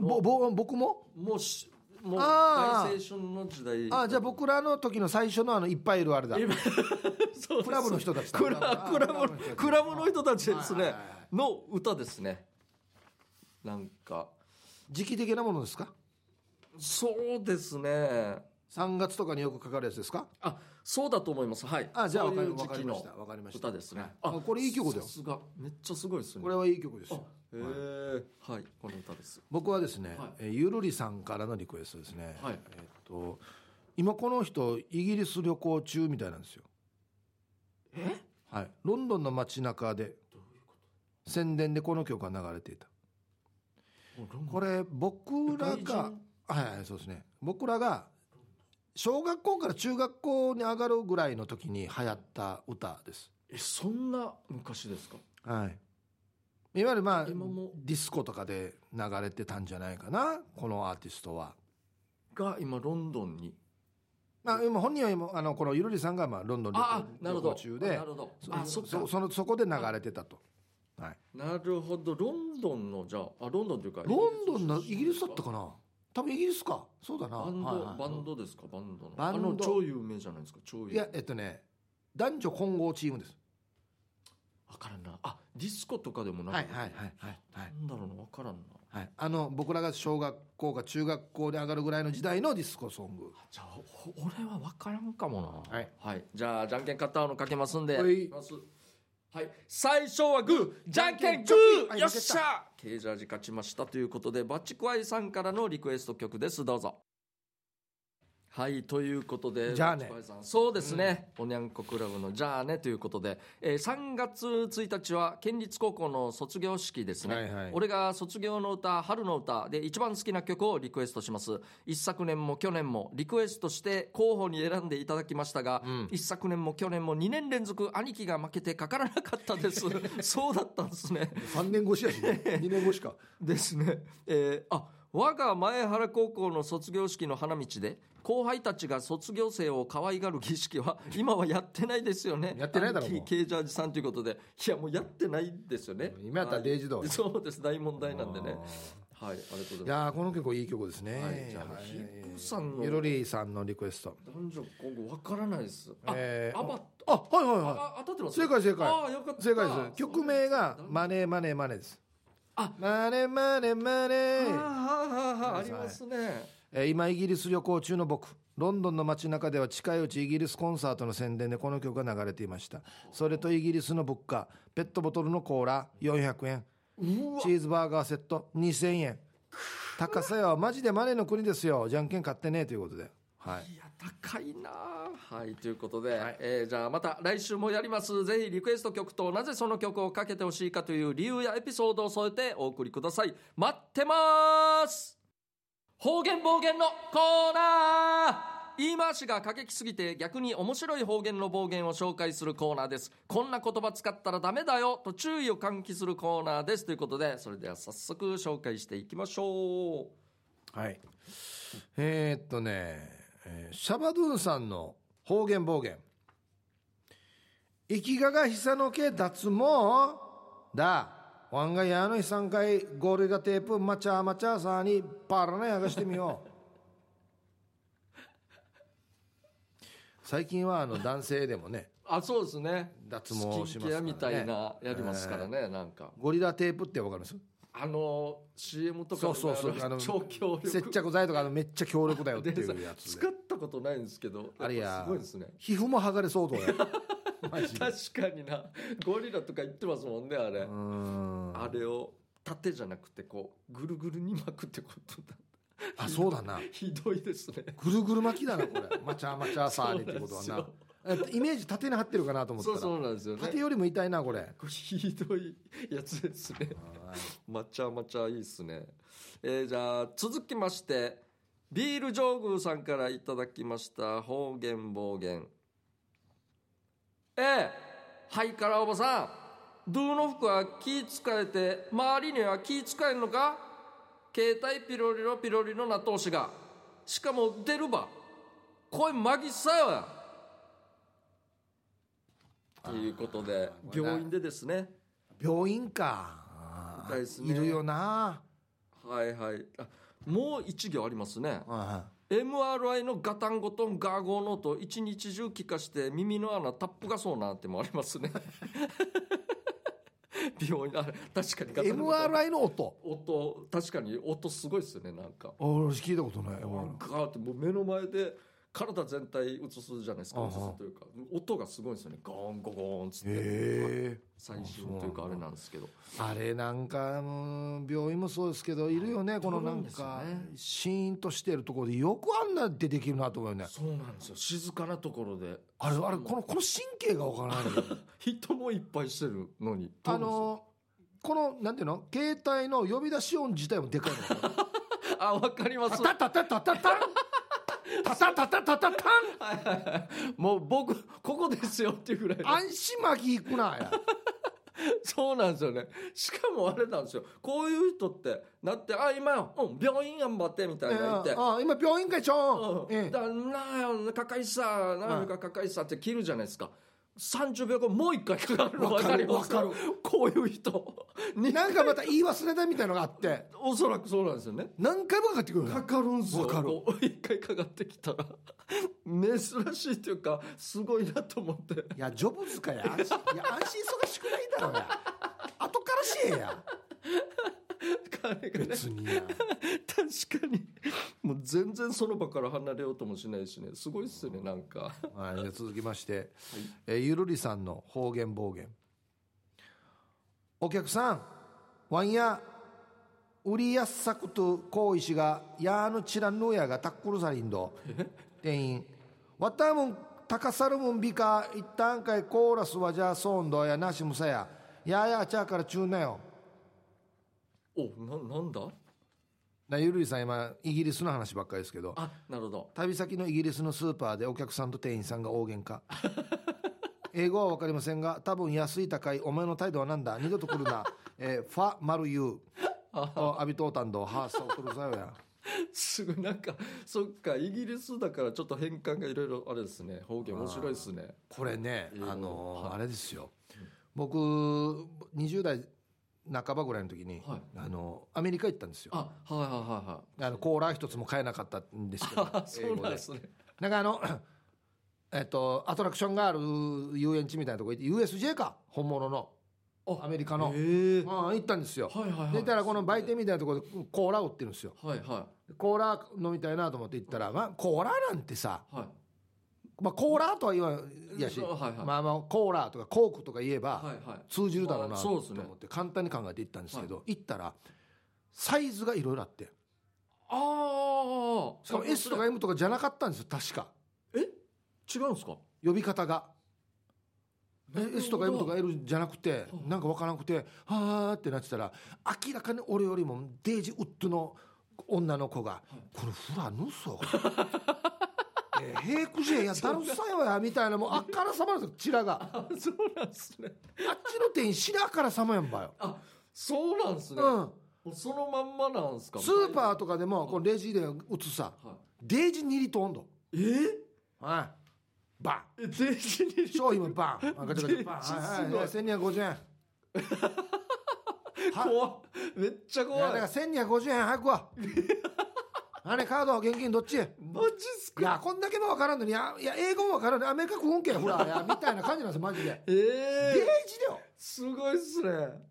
Speaker 2: いはいぼぼ僕も
Speaker 1: もうしもう
Speaker 2: あー
Speaker 1: 大青春の時代
Speaker 2: あじゃあ僕らの時の最初のあのいっぱいいるあれだ
Speaker 1: (laughs) そうです
Speaker 2: クラブの人たちだ
Speaker 1: クラクラブのクラブの人たちです
Speaker 2: はい
Speaker 1: ね
Speaker 2: はいはいはい
Speaker 1: の歌ですねなんか
Speaker 2: 時期的なものですか
Speaker 1: そうですね
Speaker 2: 3月とかによくかかるやつですか
Speaker 1: あそうだと思いますはい
Speaker 2: あじゃあ
Speaker 1: そう
Speaker 2: わか
Speaker 1: い
Speaker 2: り
Speaker 1: う
Speaker 2: わ
Speaker 1: 時
Speaker 2: か
Speaker 1: 期
Speaker 2: りまし
Speaker 1: の
Speaker 2: たわかりました
Speaker 1: 歌ですね
Speaker 2: あこれいい曲だよ
Speaker 1: さすがめっちゃすごいですね
Speaker 2: これはいい曲ですよ
Speaker 1: へえはいこの歌です
Speaker 2: 僕はですね、
Speaker 1: はい
Speaker 2: えーゆるりさんからのリクエストですね、
Speaker 1: はい
Speaker 2: えーっと今この人イギリス旅行中みたいなんですよはいロンドンの街中で宣伝でこの曲が流れていたこれ僕
Speaker 1: 外
Speaker 2: らが
Speaker 1: 人
Speaker 2: はいはいそうですね僕らが小学校から中学校に上がるぐらいの時に流行った歌です
Speaker 1: えそんな昔ですか
Speaker 2: はいいわゆるまあデ
Speaker 1: 今も
Speaker 2: ィスコとかで流れてたんじゃないかなこのアーティストは
Speaker 1: が今ロンドンに
Speaker 2: まあ、今本人は今あのこのゆるりさんがまあロンドン旅
Speaker 1: あ
Speaker 2: 行
Speaker 1: あなるほど
Speaker 2: 旅行中で
Speaker 1: なるほど
Speaker 2: そ
Speaker 1: あそっか
Speaker 2: そそのそこで流れてたと、はい、
Speaker 1: なるほどロンドンのじゃああロンドンというか
Speaker 2: ロンドンの
Speaker 1: イ
Speaker 2: イ
Speaker 1: ギ
Speaker 2: ギ
Speaker 1: リ
Speaker 2: リ
Speaker 1: ス
Speaker 2: ス
Speaker 1: だ
Speaker 2: だ
Speaker 1: っ
Speaker 2: ったた
Speaker 1: か
Speaker 2: かな多分イギリスかそうだな
Speaker 1: バン
Speaker 2: はいは
Speaker 1: ド
Speaker 2: い
Speaker 1: バンドですかバンドの
Speaker 2: バンド
Speaker 1: あの超有名じゃないですか超有名
Speaker 2: いやえっとね男女混合チームです
Speaker 1: 分からんなあディスコとかでもなく
Speaker 2: はいはいはいはいは、
Speaker 1: ないんだろうな分からんな
Speaker 2: はい、あの僕らが小学校か中学校で上がるぐらいの時代のディスコソング
Speaker 1: じゃあお俺は分からんかもな
Speaker 2: はい、
Speaker 1: じゃあじゃんけん勝ったのかけますんで
Speaker 2: はい
Speaker 1: きますはい、最初はグーじゃんけんグ
Speaker 2: は
Speaker 1: ー
Speaker 2: い
Speaker 1: よっしゃケージャージ勝ちましたということでバッチクワイさんからのリクエスト曲ですどうぞはいということで
Speaker 2: じゃあね
Speaker 1: バッチクワイさんそうですね、おにゃんこクラブの「じゃあね」ということで、えー3月1日は県立高校の卒業式ですね、
Speaker 2: はいはい
Speaker 1: 俺が卒業の歌「春の歌」で一番好きな曲をリクエストします一昨年も去年もリクエストして候補に選んでいただきましたが、
Speaker 2: うん
Speaker 1: 一昨年も去年も2年連続兄貴が負けてかからなかったです
Speaker 2: (laughs)
Speaker 1: そうだったんですね
Speaker 2: 3年越しやし、ね、2年越しか
Speaker 1: (laughs) ですねえーあ我が前原高校の卒業式の花道で後輩たちが卒業生を可愛がる儀式
Speaker 2: (laughs)
Speaker 1: は今はやってないですよね
Speaker 2: やってないだろ
Speaker 1: アンキー
Speaker 2: もう
Speaker 1: ケージャージさんということでいやもうやってないですよね
Speaker 2: 今やったら0時だわ
Speaker 1: はいそうです大問題なんでねはいありがとうござい
Speaker 2: い
Speaker 1: ま
Speaker 2: やーこの曲いい曲ですね。
Speaker 1: はいじゃあ
Speaker 2: はい
Speaker 1: ヒップさんの
Speaker 2: ゆるりさんのリクエスト。
Speaker 1: す男女今後わからないですあ、
Speaker 2: えー
Speaker 1: アバ
Speaker 2: あはいはいは
Speaker 1: あ当たってま
Speaker 2: い。
Speaker 1: す
Speaker 2: 正解正解。
Speaker 1: ああよかった
Speaker 2: 正解です。曲名が
Speaker 1: そうです
Speaker 2: マネーマネーマネーです。
Speaker 1: あ
Speaker 2: マネーマネーマネー。
Speaker 1: あああああああ
Speaker 2: はい
Speaker 1: りますね
Speaker 2: えー今イギリス旅行中の僕ロンドンの街中では近いうちイギリスコンサートの宣伝でこの曲が流れていましたそれとイギリスの物価ペットボトルのコーラ400円
Speaker 1: うわ
Speaker 2: チーズバーガーセット2000円高さやはマジでマネーの国ですよじゃんけん買ってねということではい
Speaker 1: いや高いなあはいということで、えーじゃあまた来週もやりますぜひリクエスト曲となぜその曲をかけてほしいかという理由やエピソードを添えてお送りください待ってます方言暴言のコーナー言い回しが過激すぎて逆に面白い方言の暴言を紹介するコーナーですこんな言葉使ったらダメだよと注意を喚起するコーナーですということでそれでは早速紹介していきましょう
Speaker 2: はい。えーっとね、えーシャバドゥンさんの方言暴言。生きががひさのけ脱毛だ。ワンがやのひさんかいゴリラテープマチャマチャさんにパラナやがしてみよう。最近はあの男性でもね、
Speaker 1: あそうですね
Speaker 2: 脱毛しますからね
Speaker 1: スキンケアみたいなやりますからね、なんか
Speaker 2: ゴリラテープってわかります
Speaker 1: あの CM とか
Speaker 2: そう
Speaker 1: の
Speaker 2: そうそう。
Speaker 1: (laughs)
Speaker 2: あの、
Speaker 1: 超強力
Speaker 2: 接着剤とかあのめっちゃ強力だよって
Speaker 1: で
Speaker 2: いうやつ
Speaker 1: 使
Speaker 2: で
Speaker 1: っ。たことないんですけど
Speaker 2: あれや
Speaker 1: っぱすごいですね
Speaker 2: 皮膚も剥がれそう
Speaker 1: (laughs)
Speaker 2: だよ。マジで
Speaker 1: 確かになゴリラとか言ってますもんねあれ、
Speaker 2: うーん
Speaker 1: あれを縦じゃなくてこうぐるぐるに巻くってことだ (laughs)
Speaker 2: あそうだな
Speaker 1: ひどいですね
Speaker 2: ぐるぐる巻きだなこれマチャマチャサー
Speaker 1: そう
Speaker 2: リってことはな
Speaker 1: なん
Speaker 2: えイメージ縦に張ってるかなと思った
Speaker 1: そ
Speaker 2: ら
Speaker 1: うそうなんですよね
Speaker 2: 縦よりも痛いなこれ
Speaker 1: これ (laughs) ひどいやつですね抹茶抹茶いいっすね、えーじゃあ続きましてビール上宮さんからいただきました方言暴言ええはいからおばさんドゥの服は気使えて周りには気使えんのか携帯ピロリロピロリのなとうしがしかも出るば声まぎさよやということで
Speaker 2: ーこれな
Speaker 1: 病院でですね
Speaker 2: 病院かあー
Speaker 1: 痛いっすね
Speaker 2: るよな
Speaker 1: はいはいあもう一行ありますね
Speaker 2: あ
Speaker 1: MRI のガタンゴトンガーゴーの音一日中聞かして耳の穴タップがそうなってもありますね (laughs) 病院あれ確かにガタンゴトン
Speaker 2: MRI の音
Speaker 1: 音確かに音すごいですよねなんか
Speaker 2: あ俺聞いたことない
Speaker 1: ガ
Speaker 2: MRI
Speaker 1: ーってもう目の前で体全体映すじゃないですか
Speaker 2: あは
Speaker 1: 映すというか音がすごいですよねゴーンゴゴーンっつって
Speaker 2: へえ
Speaker 1: 最新というかあれなんですけど
Speaker 2: あれなんかもう病院もそうですけどいるよねこのなん
Speaker 1: そうなん
Speaker 2: か
Speaker 1: ですよね
Speaker 2: シーンとしてるところでよくあんな出てきるなと思うよね
Speaker 1: そうなんですよ静かなところで
Speaker 2: あれあれこのこの神経がわからないよ
Speaker 1: 人もいっぱいしてるのに
Speaker 2: (laughs) あのこのなんていうの携帯の呼び出し音自体もでかいの
Speaker 1: あ、わかります。
Speaker 2: タタタタタタンタタタタタタタ
Speaker 1: もう僕、ここですよっていうぐらいの。
Speaker 2: ン安心巻きいく (laughs) なや
Speaker 1: そうなんですよね。しかもあれなんですよ。こういう人って、なって、あ、今よ、うん、病院頑張って、みたいな言って。
Speaker 2: ええあ今病院かいちょん、
Speaker 1: う
Speaker 2: え
Speaker 1: ん、
Speaker 2: え
Speaker 1: だからなあ、かかいさ、なあ、かかいさって切るじゃないですか。30秒後、もう一回かかるの
Speaker 2: わ
Speaker 1: 分
Speaker 2: か
Speaker 1: かり
Speaker 2: る
Speaker 1: ます
Speaker 2: わか
Speaker 1: こういう人。に
Speaker 2: なんかまた言い忘れたみたいのがあって
Speaker 1: おそらくそうなんですよね。
Speaker 2: 何回もかかってくるの
Speaker 1: かかるんすよ。
Speaker 2: わかる
Speaker 1: こう一回かかってきたら、珍しいというか、すごいなと思って。
Speaker 2: いやジョブズかや安心いや安心忙しくないだろうや後からしえや
Speaker 1: 彼がね
Speaker 2: 別にや
Speaker 1: (laughs) 確かにもう全然その場から離れようともしないしねすごいっすよねなんか
Speaker 2: はい、じゃあ続きまして、えーゆるりさんの方言暴言お客さんワンヤ売りやすさくと行為しがやーぬちらぬやがタックルさりんど店員わたむん高さるむんびか一旦かいコーラスはじゃあそんどやなしむさややーやーちゃうからちゅうなよ
Speaker 1: おななんだ
Speaker 2: なゆるりさん今イギリスの話ばっかりですけど
Speaker 1: あなるほど
Speaker 2: 旅先のイギリスのスーパーでお客さんと店員さんが大
Speaker 1: (laughs)
Speaker 2: 喧嘩英語は分かりませんが多分安い高いお前の態度はなんだ二度と来るな、えーファマルユーあアビトータンドハーソークルザヨや
Speaker 1: すごいなんか (laughs) そっかイギリスだからちょっと変換がいろいろあれですね方言面白いですね
Speaker 2: これね
Speaker 1: うん
Speaker 2: あの
Speaker 1: はい
Speaker 2: あれですよ僕20代半ばぐらいの時に、
Speaker 1: はい
Speaker 2: あのアメリカ行ったんですよ
Speaker 1: あはいはいはいはい
Speaker 2: あのコーラ一つも買えなかったんですけど
Speaker 1: (laughs) あそうなんですね
Speaker 2: なんかあのえっとアトラクションがある遊園地みたいなとこ行って USJ か本物の
Speaker 1: あ
Speaker 2: アメリカの、
Speaker 1: へえ
Speaker 2: うん行ったんですよ、
Speaker 1: はいはいはい
Speaker 2: 出たらこの売店みたいなところでコーラ売ってるんですよ
Speaker 1: はいは
Speaker 2: コーラ飲みたいなと思って行ったら、まあ、コーラなんてさ、
Speaker 1: いはい
Speaker 2: まあ、コーラとは言わんやし、
Speaker 1: うんはいはい
Speaker 2: まあまあコーラとかコークとか言えば
Speaker 1: はいはい
Speaker 2: 通じるだろうな
Speaker 1: まあ
Speaker 2: と
Speaker 1: そう
Speaker 2: 思
Speaker 1: ですね
Speaker 2: って簡単に考えて行ったんですけど、行ったらサイズがいろいろあって
Speaker 1: ああ
Speaker 2: しかも S とか M とかじゃなかったんですよ確か
Speaker 1: え違うんですか
Speaker 2: 呼び方が。え
Speaker 1: なるほど
Speaker 2: S とか M とか L じゃなくてなんかわからなくて「はあ」ってなってたら明らかに俺よりもデイジウッドの女の子が「これフラぬそ」「 (laughs) えーへえくじやいやだるさいわや」みたいなもうあっからさまなんですよチラがあっ
Speaker 1: あ (laughs) そうなんですね
Speaker 2: ちの店員知らからさまやんばよ。
Speaker 1: あそうなんですね
Speaker 2: うん、
Speaker 1: もうそのまんまなんですか
Speaker 2: スーパー
Speaker 1: ー
Speaker 2: とかでもこのレジで打つさ
Speaker 1: は
Speaker 2: デイジ2リットル温度
Speaker 1: いえ
Speaker 2: はいバ
Speaker 1: え電子に
Speaker 2: ン商品も
Speaker 1: (laughs)
Speaker 2: バンガチャガチャバンはいはいはい1250円
Speaker 1: 怖っめっちゃ
Speaker 2: いやだ
Speaker 1: 怖
Speaker 2: か
Speaker 1: い
Speaker 2: ら1250円早
Speaker 1: (laughs)
Speaker 2: くわあれカードは現金どっちい
Speaker 1: マジっすか
Speaker 2: やこんだけも分からんのにいやいや英語も分からんのにアメリカ国本家やほら
Speaker 1: (laughs)
Speaker 2: いやみたいな感じなんですよマジで
Speaker 1: え
Speaker 2: デー
Speaker 1: え
Speaker 2: ジだよ
Speaker 1: すごいっすね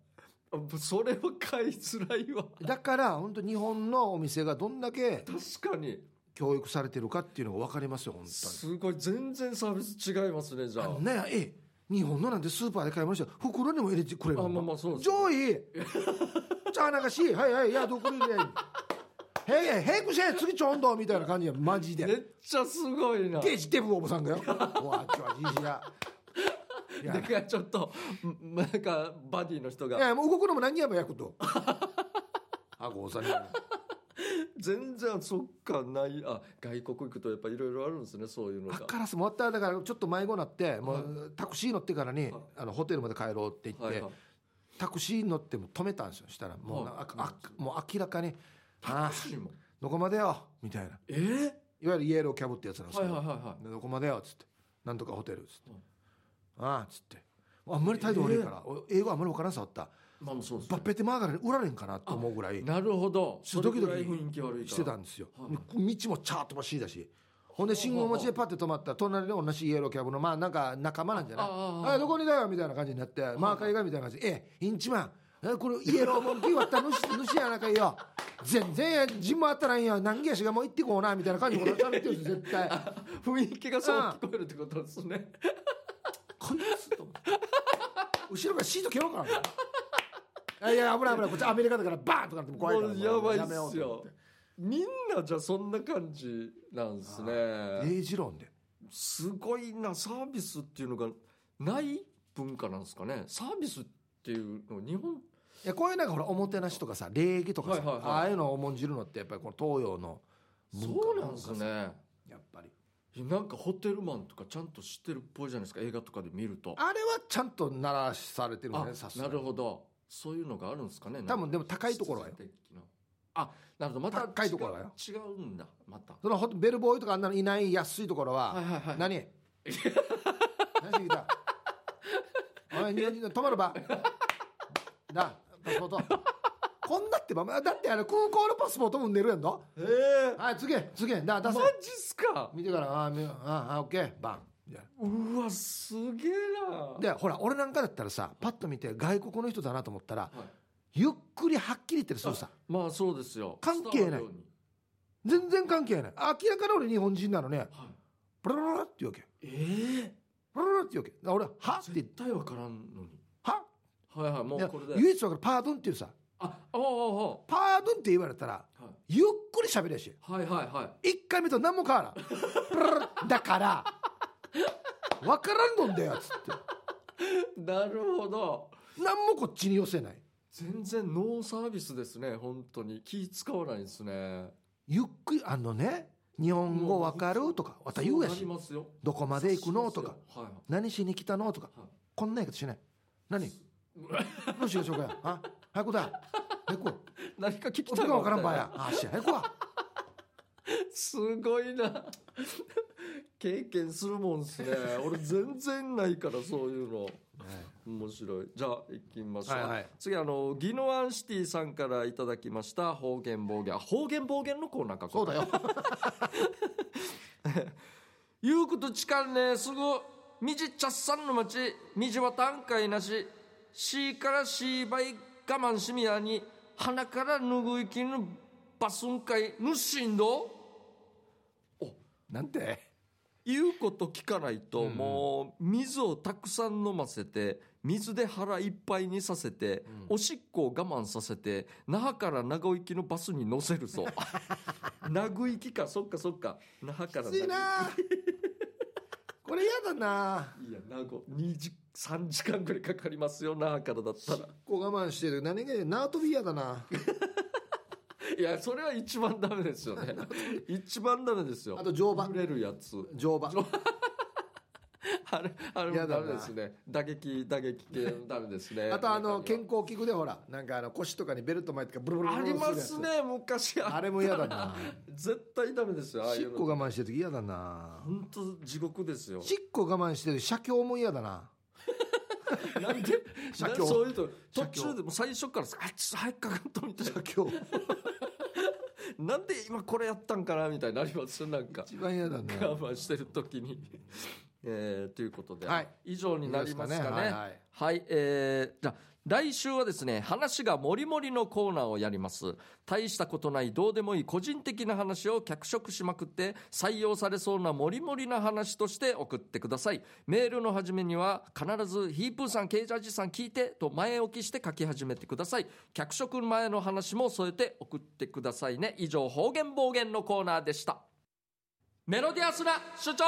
Speaker 1: あぶそれは買いづらいわ
Speaker 2: だから本当日本のお店がどんだけ
Speaker 1: 確かに
Speaker 2: 教育されてるかっていうのが分かりますよ本
Speaker 1: すごい全然サービス違いますねじゃあ
Speaker 2: 当にねええ日本のなんてスーパーで買い物して袋にも入れてくれる
Speaker 1: あ
Speaker 2: の
Speaker 1: まあまあそうです
Speaker 2: 上位じゃあなんかしはいはいいやどこに入れりゃいいへいへいへいくしゃい次ちょんどみたいな感じやマジで
Speaker 1: めっちゃすごいな
Speaker 2: デジデブおばさんがよ。わあちわじじや。いや
Speaker 1: だからちょっとんなんかバディの人
Speaker 2: い
Speaker 1: が
Speaker 2: やもう動くのも何やばや
Speaker 1: (laughs)
Speaker 2: こと。あごさんに。
Speaker 1: 全然そっかないあ外国行くとやっぱいろいろあるんですねそういうの
Speaker 2: あ
Speaker 1: が
Speaker 2: っからすもう終わっただからちょっと迷子になってもうタクシー乗ってからにあのホテルまで帰ろうって言っ
Speaker 1: はい
Speaker 2: て
Speaker 1: はい
Speaker 2: タクシー乗っても止めたんですよ。したらもうな
Speaker 1: はい
Speaker 2: ああもう明らかにあ
Speaker 1: タクシーも
Speaker 2: どこまでよみたいな。
Speaker 1: えー
Speaker 2: いわゆるイエローキャブってやつなんです
Speaker 1: は
Speaker 2: け
Speaker 1: い
Speaker 2: ど
Speaker 1: はいはい。はい
Speaker 2: でどこまでよっつってなんとかホテルっつって
Speaker 1: はい。
Speaker 2: ああっつって。あんまり態度悪いから、俺英語あんまり分からんさおった
Speaker 1: まあまあそうです
Speaker 2: バ
Speaker 1: ね
Speaker 2: ッペテマーガレン売られんかなと思うぐらい
Speaker 1: なるほど
Speaker 2: ちょ
Speaker 1: そ
Speaker 2: っと
Speaker 1: れ
Speaker 2: ドキ
Speaker 1: ぐ
Speaker 2: ドキ
Speaker 1: らい雰囲気悪いから
Speaker 2: してたんですよ、
Speaker 1: はいは
Speaker 2: 道もチャーッとばしいだしほんで信号待ちでパッて止まったら隣で同じイエローキャブのまあなんか仲間なんじゃない
Speaker 1: あ
Speaker 2: あ
Speaker 1: あああ
Speaker 2: どこにだよみたいな感じになってマーカー以外みたいな感じで「ええインチマンえこれイエローモンキー割った主主やなかいよ全然や人もあったらいいよ何やしがもう行ってこうな」みたいな感じで俺は喋ってるんですよ絶対
Speaker 1: (laughs) 雰囲気がそう聞こえるってことですね
Speaker 2: こいつと思って後ろからシート蹴ろうかないやいや危ない危ないこっちアメリカだからバーンとかなっても怖いから
Speaker 1: もうやばい
Speaker 2: めよ
Speaker 1: っ
Speaker 2: う
Speaker 1: す
Speaker 2: と思っ
Speaker 1: よ
Speaker 2: て
Speaker 1: みんなじゃあそんな感じなんですね
Speaker 2: 英字論です
Speaker 1: ごいなサービスっていうのがない文化なんですかねサービスっていうの日本
Speaker 2: いやこういうなんかほらおもてなしとかさ礼儀とかさ、
Speaker 1: はいはいはい
Speaker 2: ああいうのを重んじるのってやっぱりこの東洋の文化
Speaker 1: そうなんですね
Speaker 2: やっぱり
Speaker 1: なんかホテルマンとかちゃんと知ってるっぽいじゃないですか映画とかで見ると
Speaker 2: あれはちゃんと鳴らされてるよ
Speaker 1: あ
Speaker 2: ねさすが
Speaker 1: な
Speaker 2: に
Speaker 1: るほどそういうのがあるんですかね
Speaker 2: 多分でも高いところはよ
Speaker 1: 必然的なあなるほどまた
Speaker 2: 高いところはよ
Speaker 1: 違う違うんだまた
Speaker 2: そのほんとベルボーイとかあんなのいない安いところは、
Speaker 1: はいはいはい
Speaker 2: 何何してきたおい日本人の泊まる場なパスポートこんなってばまあだってあれ空港のパスポートも寝るやんの
Speaker 1: ええ
Speaker 2: はい次次な出
Speaker 1: マ
Speaker 2: せ
Speaker 1: ジっすか
Speaker 2: 見てからあーみあーあーオッケーバンみたいな
Speaker 1: うわすげえな
Speaker 2: でほら俺なんかだったらさパッと見て外国の人だなと思ったら
Speaker 1: はい
Speaker 2: ゆっくりはっきり言ってるそうさ
Speaker 1: まあそうですよ
Speaker 2: 関係ない
Speaker 1: 伝わるように
Speaker 2: 全然関係ない明らかに俺日本人なのね
Speaker 1: はい
Speaker 2: プララララって言うわけ
Speaker 1: ええ
Speaker 2: プララララって言うわけだから俺ははって言って
Speaker 1: 絶対わからんのに
Speaker 2: は
Speaker 1: はいはいもうこれ
Speaker 2: いや
Speaker 1: で
Speaker 2: 唯一だからパードンっていうさ
Speaker 1: あああああ
Speaker 2: パードンって言われたら
Speaker 1: あはい
Speaker 2: ゆっくり喋りやし
Speaker 1: はいはいは
Speaker 2: 一回目と何も変わらんプラララだから分からんのんだよっつって
Speaker 1: いなるほど
Speaker 2: 何もこっちに寄せない
Speaker 1: 全然ノーサービスですね本当に気使わないですね
Speaker 2: ゆっくりあのね日本語分かるとかまた言う
Speaker 1: そ
Speaker 2: や
Speaker 1: なり
Speaker 2: し
Speaker 1: ますよ
Speaker 2: どこまで行くのとか
Speaker 1: はいはい
Speaker 2: 何しに来たのとか
Speaker 1: はい (laughs)
Speaker 2: こんな言い方しない何どうしようしょうかよあ早くだ早く来い
Speaker 1: 何か聞きた
Speaker 2: 音
Speaker 1: い
Speaker 2: がわからんば
Speaker 1: (laughs)
Speaker 2: やあし早くわ
Speaker 1: すごいな経験するもんですね俺全然ないからそういうの面白いじゃあ行きましょう、
Speaker 2: はいはい
Speaker 1: 次あのギノアンシティさんからいただきました方言暴言あ方言暴言のコーナーか
Speaker 2: そうだよ
Speaker 1: 言うことちかんねすぐみじちゃっさんの町みじは短いなししーからしーばい我慢しみやに鼻からぬぐいきぬバスンかいぬしんど
Speaker 2: なんて
Speaker 1: 言うこと聞かないと、もう水をたくさん飲ませて水で腹いっぱいにさせて、おしっこを我慢させて那覇から長行きのバスに乗せるぞ (laughs) 名古行きかそっかそっか那覇から
Speaker 2: きついな (laughs) これやだない
Speaker 1: や名古2時3時間ぐらいかかりますよ那覇からだった (laughs) ら
Speaker 2: こう我慢してる何が縄跳び嫌だない
Speaker 1: やそれは一番ダメですよ (laughs) ね一番ダメですよ
Speaker 2: あと乗馬
Speaker 1: 揺れるやつ
Speaker 2: 乗馬
Speaker 1: あれあれ
Speaker 2: や
Speaker 1: も
Speaker 2: だ
Speaker 1: ダ
Speaker 2: な
Speaker 1: メですね打撃打撃系ダメです (laughs) ね
Speaker 2: (laughs) あとあ
Speaker 1: 中
Speaker 2: の
Speaker 1: に
Speaker 2: 健康器具でほらなんかあの腰とかにベルト巻いてからブルブル
Speaker 1: は
Speaker 2: ブ
Speaker 1: あ
Speaker 2: ル
Speaker 1: り
Speaker 2: ブル
Speaker 1: ますす
Speaker 2: るや
Speaker 1: ね昔 (laughs)
Speaker 2: つ
Speaker 1: あ
Speaker 2: あれも嫌だな
Speaker 1: 絶対ダメですよああい
Speaker 2: しっ
Speaker 1: うの
Speaker 2: こ我慢してる時嫌だな
Speaker 1: 本当地獄ですよ
Speaker 2: しっこ我慢してる写経も嫌だな
Speaker 1: なんで
Speaker 2: 写
Speaker 1: なん
Speaker 2: 経
Speaker 1: でそういうと途
Speaker 2: 写経
Speaker 1: 中でもう最初からさあちょっと早くかかんとみたい (laughs)
Speaker 2: 写経
Speaker 1: ななんで今これやったんかなみたいになりますよなんか
Speaker 2: 一
Speaker 1: (laughs)
Speaker 2: 番嫌だね
Speaker 1: 我慢してる時に (laughs) えーということで、
Speaker 2: はい
Speaker 1: 以上になりますかね
Speaker 2: いいですかねはいはい
Speaker 1: はいえーじゃあ来週はですね話がもりもりのコーナーをやります大したことないどうでもいい個人的な話を脚色しまくって採用されそうなもりもりな話として送ってくださいメールの始めには必ず「ヒープーさんケイジャージさん聞いて」と前置きして書き始めてください脚色前の話も添えて送ってくださいね以上方言暴言のコーナーでしたメロディアスな主張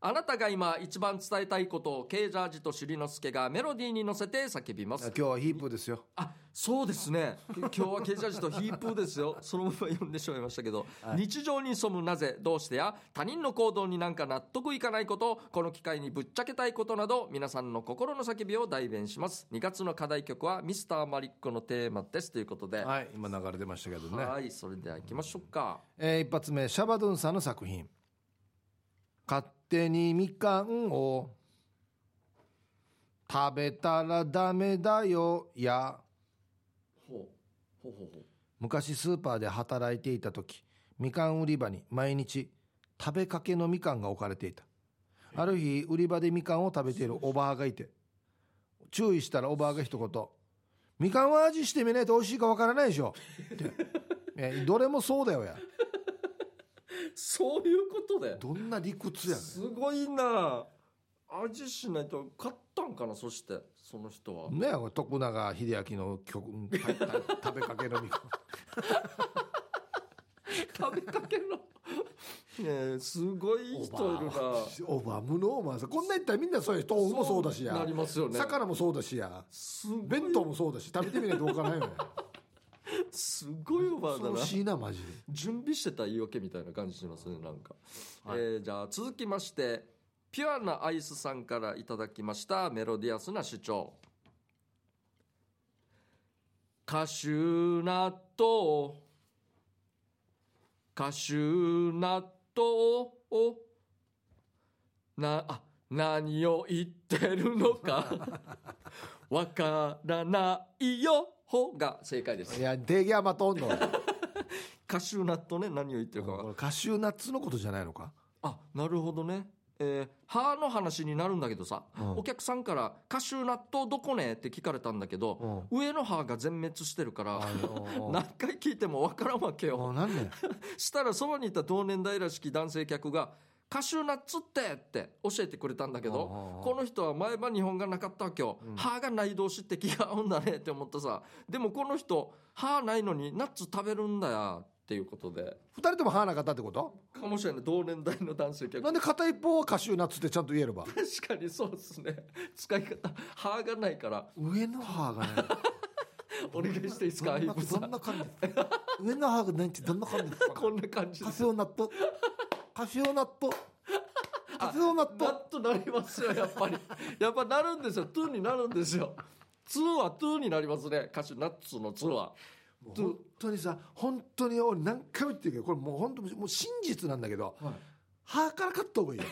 Speaker 1: あなたが今一番伝えたいことをケイジャージとシュリノスケがメロディーに乗せて叫びます
Speaker 2: 今日はヒープですよ
Speaker 1: あそうですね今日はケイジャージとヒープーですよそのまま読んでしまいましたけど、日常に潜むなぜどうしてや他人の行動になんか納得いかないことこの機会にぶっちゃけたいことなど皆さんの心の叫びを代弁します2月の課題曲は「ミスターマリックのテーマですということで、
Speaker 2: はい今流れてましたけどね
Speaker 1: はいそれでは行きましょうか
Speaker 2: えー一発目シャバドゥンさんの作品「勝手にみかんを食べたらダメだよ」や
Speaker 1: ほうほうほうほう
Speaker 2: 昔スーパーで働いていた時みかん売り場に毎日食べかけのみかんが置かれていたある日売り場でみかんを食べているおばあがいて注意したらおばあが一言「みかんは味してみないと美味しいかわからないでしょ」って「えどれもそうだよや」
Speaker 1: そういうことで
Speaker 2: どんな理屈やねん
Speaker 1: すごいな味しないと買ったんかなそしてその人は
Speaker 2: ねえ徳永英明の曲うんたた食べかけのみかん
Speaker 1: 食べかけのねえすご (laughs) い人いるな
Speaker 2: オバムのお前さこんなん言ったらみんなそうや豆腐もそうだし
Speaker 1: な
Speaker 2: や
Speaker 1: りますよね
Speaker 2: 魚もそうだしや
Speaker 1: すごい
Speaker 2: 弁当もそうだし食べてみないと分か
Speaker 1: (laughs)
Speaker 2: らないよね
Speaker 1: すごいおばあだ
Speaker 2: 恐ろ
Speaker 1: な
Speaker 2: しいなマジで
Speaker 1: 準備してた言い訳みたいな感じしますねなんか、えーじゃあ続きましてピュアなアイスさんからいただきましたメロディアスな主張カシューナットカシューナットをなあ何を言ってるのかわからないよが正解です
Speaker 2: いや定義余っとんの
Speaker 1: カシューナットね何を言ってるかわかんない
Speaker 2: これカシューナッツのことじゃないのか
Speaker 1: あなるほどねえー歯の話になるんだけどさ、
Speaker 2: うん
Speaker 1: お客さんから「カシューナットどこね?」って聞かれたんだけど、上の歯が全滅してるから
Speaker 2: あ
Speaker 1: (laughs)
Speaker 2: の
Speaker 1: 何回聞いてもわからんわけよ
Speaker 2: あなんで
Speaker 1: したらそばにいた同年代らしき男性客が「カシューナッツって!」って教えてくれたんだけど
Speaker 2: ああ
Speaker 1: この人は前歯日本がなかったわけよ、歯がない同士って気が合うんだねって思ったさでもこの人歯ないのにナッツ食べるんだよっていうことで
Speaker 2: 二人とも歯なかったってこと
Speaker 1: かもしれない同年代の男性客
Speaker 2: なんで片一方はカシューナッツってちゃんと言えれば
Speaker 1: 確かにそうですね使い方歯がないから
Speaker 2: 上の歯がね
Speaker 1: お願いしていいですか
Speaker 2: どん
Speaker 1: イ
Speaker 2: な
Speaker 1: ブさ
Speaker 2: どん
Speaker 1: ん
Speaker 2: な感じ上の歯がないってどんな感じ
Speaker 1: (laughs)
Speaker 2: ですか
Speaker 1: こんな感じで
Speaker 2: カ
Speaker 1: す
Speaker 2: シオナット。カシオナット。カシオナ
Speaker 1: な
Speaker 2: ット。
Speaker 1: っとなりますよやっぱりやっぱなるんですよトゥーになるんですよツーはトゥーになりますね歌手ナッツのツーは
Speaker 2: もう本当にさ本当に俺何回も言ってるけどこれもう本当もう真実なんだけど
Speaker 1: はい
Speaker 2: 歯からかった方がい
Speaker 1: (laughs)
Speaker 2: いよ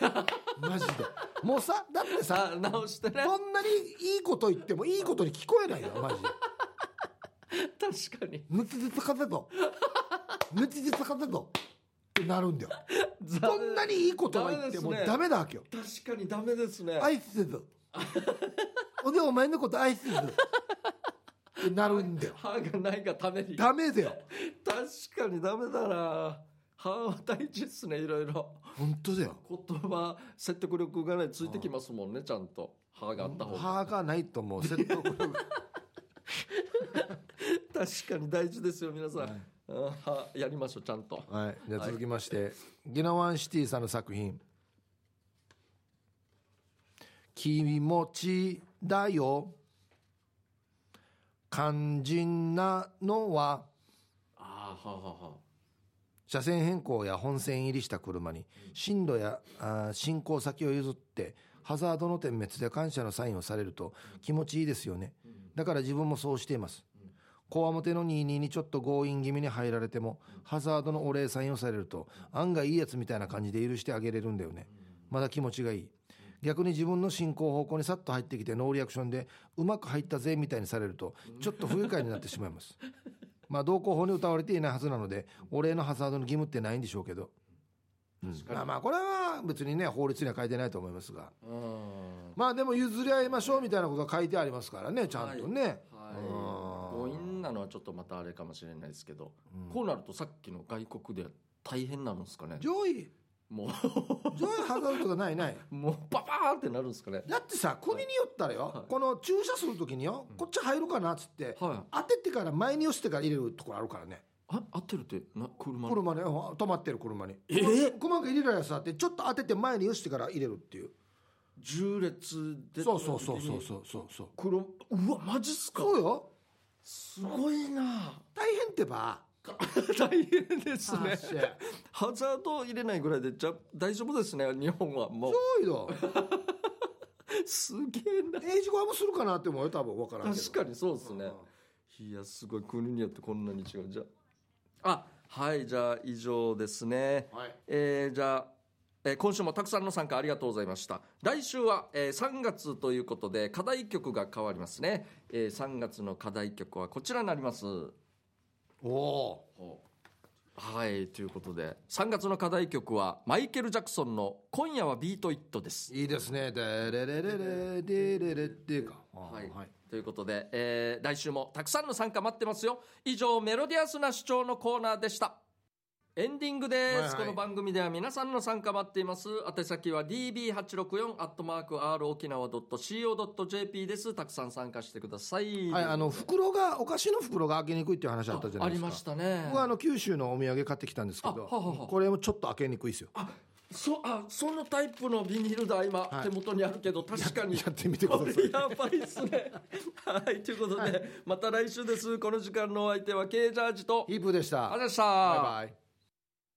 Speaker 2: マジでもうさだってさ
Speaker 1: あ直してね
Speaker 2: どんなにいいこと言ってもいいことに聞こえないよマジで
Speaker 1: 確かに
Speaker 2: 「ぬちじつかて
Speaker 1: (laughs)
Speaker 2: と」「ぬちじつかてと」ってなるんだよ
Speaker 1: 残
Speaker 2: こんなにいいことは言っても
Speaker 1: ダメですね
Speaker 2: ダメなわけよ
Speaker 1: 確かにダメですね
Speaker 2: 愛せず俺お前のこと愛せずってなるんだよ
Speaker 1: 歯がないがために
Speaker 2: ダメだよ
Speaker 1: 確かにダメだな歯は大事ですねいろいろ
Speaker 2: 本当だよ
Speaker 1: 言葉説得力がねついてきますもんねちゃんと歯があった方が
Speaker 2: 歯がないともう説得力
Speaker 1: (laughs) 確かに大事ですよ皆さん、
Speaker 2: はい
Speaker 1: うん歯やりましょうちゃんと
Speaker 2: はい、じゃあ
Speaker 1: はい
Speaker 2: 続きまして、ギノワンシティさんの作品「気持ちだよ」「肝心なのは
Speaker 1: ああはあはあはあ
Speaker 2: 車線変更や本線入りした車に進路やあー進行先を譲ってハザードの点滅で感謝のサインをされると気持ちいいですよねだから自分もそうしていますこわもての22にちょっと強引気味に入られてもハザードのお礼サインをされると案外いいやつみたいな感じで許してあげれるんだよねまだ気持ちがいい逆に自分の進行方向にさっと入ってきてノーリアクションでうまく入ったぜみたいにされるとちょっと不愉快になってしまいます (laughs) まあ同行法に歌われていないはずなのでお礼のハザードの義務ってないんでしょうけど、うん
Speaker 1: 確かに
Speaker 2: まあまあこれは別にね法律には書いてないと思いますが
Speaker 1: うん
Speaker 2: まあでも譲り合いましょうみたいなことが書いてありますからねちゃんとね、
Speaker 1: はい強
Speaker 2: うん
Speaker 1: 引なのはちょっとまたあれかもしれないですけど、
Speaker 2: うん
Speaker 1: こうなるとさっきの外国で大変なのですかね
Speaker 2: 上位
Speaker 1: も
Speaker 2: 上位ハザードとかないない
Speaker 1: う (laughs) もうババーンってなるんですかね
Speaker 2: だってさ国によったらよ、
Speaker 1: はい
Speaker 2: この駐車する時によこっち入るかなっつって、
Speaker 1: はい
Speaker 2: 当ててから前に寄せてから入れるところあるからね
Speaker 1: あ合ってるってな車の
Speaker 2: 車ねうん止まってる車に
Speaker 1: え
Speaker 2: 細かく入れるやつあってちょっと当てて前に寄せてから入れるっていう
Speaker 1: 重列で
Speaker 2: そうそうそうそうそうそうそう
Speaker 1: 車うわマジっすか
Speaker 2: そうよ
Speaker 1: すごいな
Speaker 2: 大変ってば
Speaker 1: (laughs) 大変です
Speaker 2: あ
Speaker 1: ね
Speaker 2: っしゃ
Speaker 1: ハザード入れないぐらいでじゃ大丈夫ですね日本はもう
Speaker 2: そうよ
Speaker 1: すげえな
Speaker 2: 英語はもするかなって思うよ多分分からんけど
Speaker 1: 確かにそうですね、
Speaker 2: うん
Speaker 1: いやすごい国によってこんなに違うじゃああはいじゃあ以上ですね
Speaker 2: はい
Speaker 1: えーじゃあ、えー今週もたくさんの参加ありがとうございました来週は、えー3月ということで課題曲が変わりますね、えー3月の課題曲はこちらになります
Speaker 2: おお
Speaker 1: はいということで3月の課題曲はマイケル・ジャクソンの「今夜はビート・イット」です
Speaker 2: ーいいですねでれれれれでれれでか
Speaker 1: はい、ということで、えー来週もたくさんの参加待ってますよ以上メロディアスな主張のコーナーでしたエンディングです、
Speaker 2: はいはい
Speaker 1: この番組では皆さんの参加待っています宛先は db864 アットマーク r 沖縄 .co.jp ですたくさん参加してください
Speaker 2: はいあの
Speaker 1: あ
Speaker 2: 袋がお菓子の袋が開けにくいっていう話あったじゃな
Speaker 1: あ
Speaker 2: いで
Speaker 1: り
Speaker 2: すか
Speaker 1: ましたね
Speaker 2: 僕はあの九州のお土産買ってきたんですけど
Speaker 1: あははは
Speaker 2: これもちょっと開けにくいですよ
Speaker 1: あそあそのタイプのビニールだ今、
Speaker 2: はい
Speaker 1: 手元にあるけど確かに
Speaker 2: やってみてください
Speaker 1: これやばいっすねはいということで、また来週ですこの時間のお相手は K ジャージと
Speaker 2: ヒープーでした
Speaker 1: ありがとうございました。
Speaker 2: バイバイ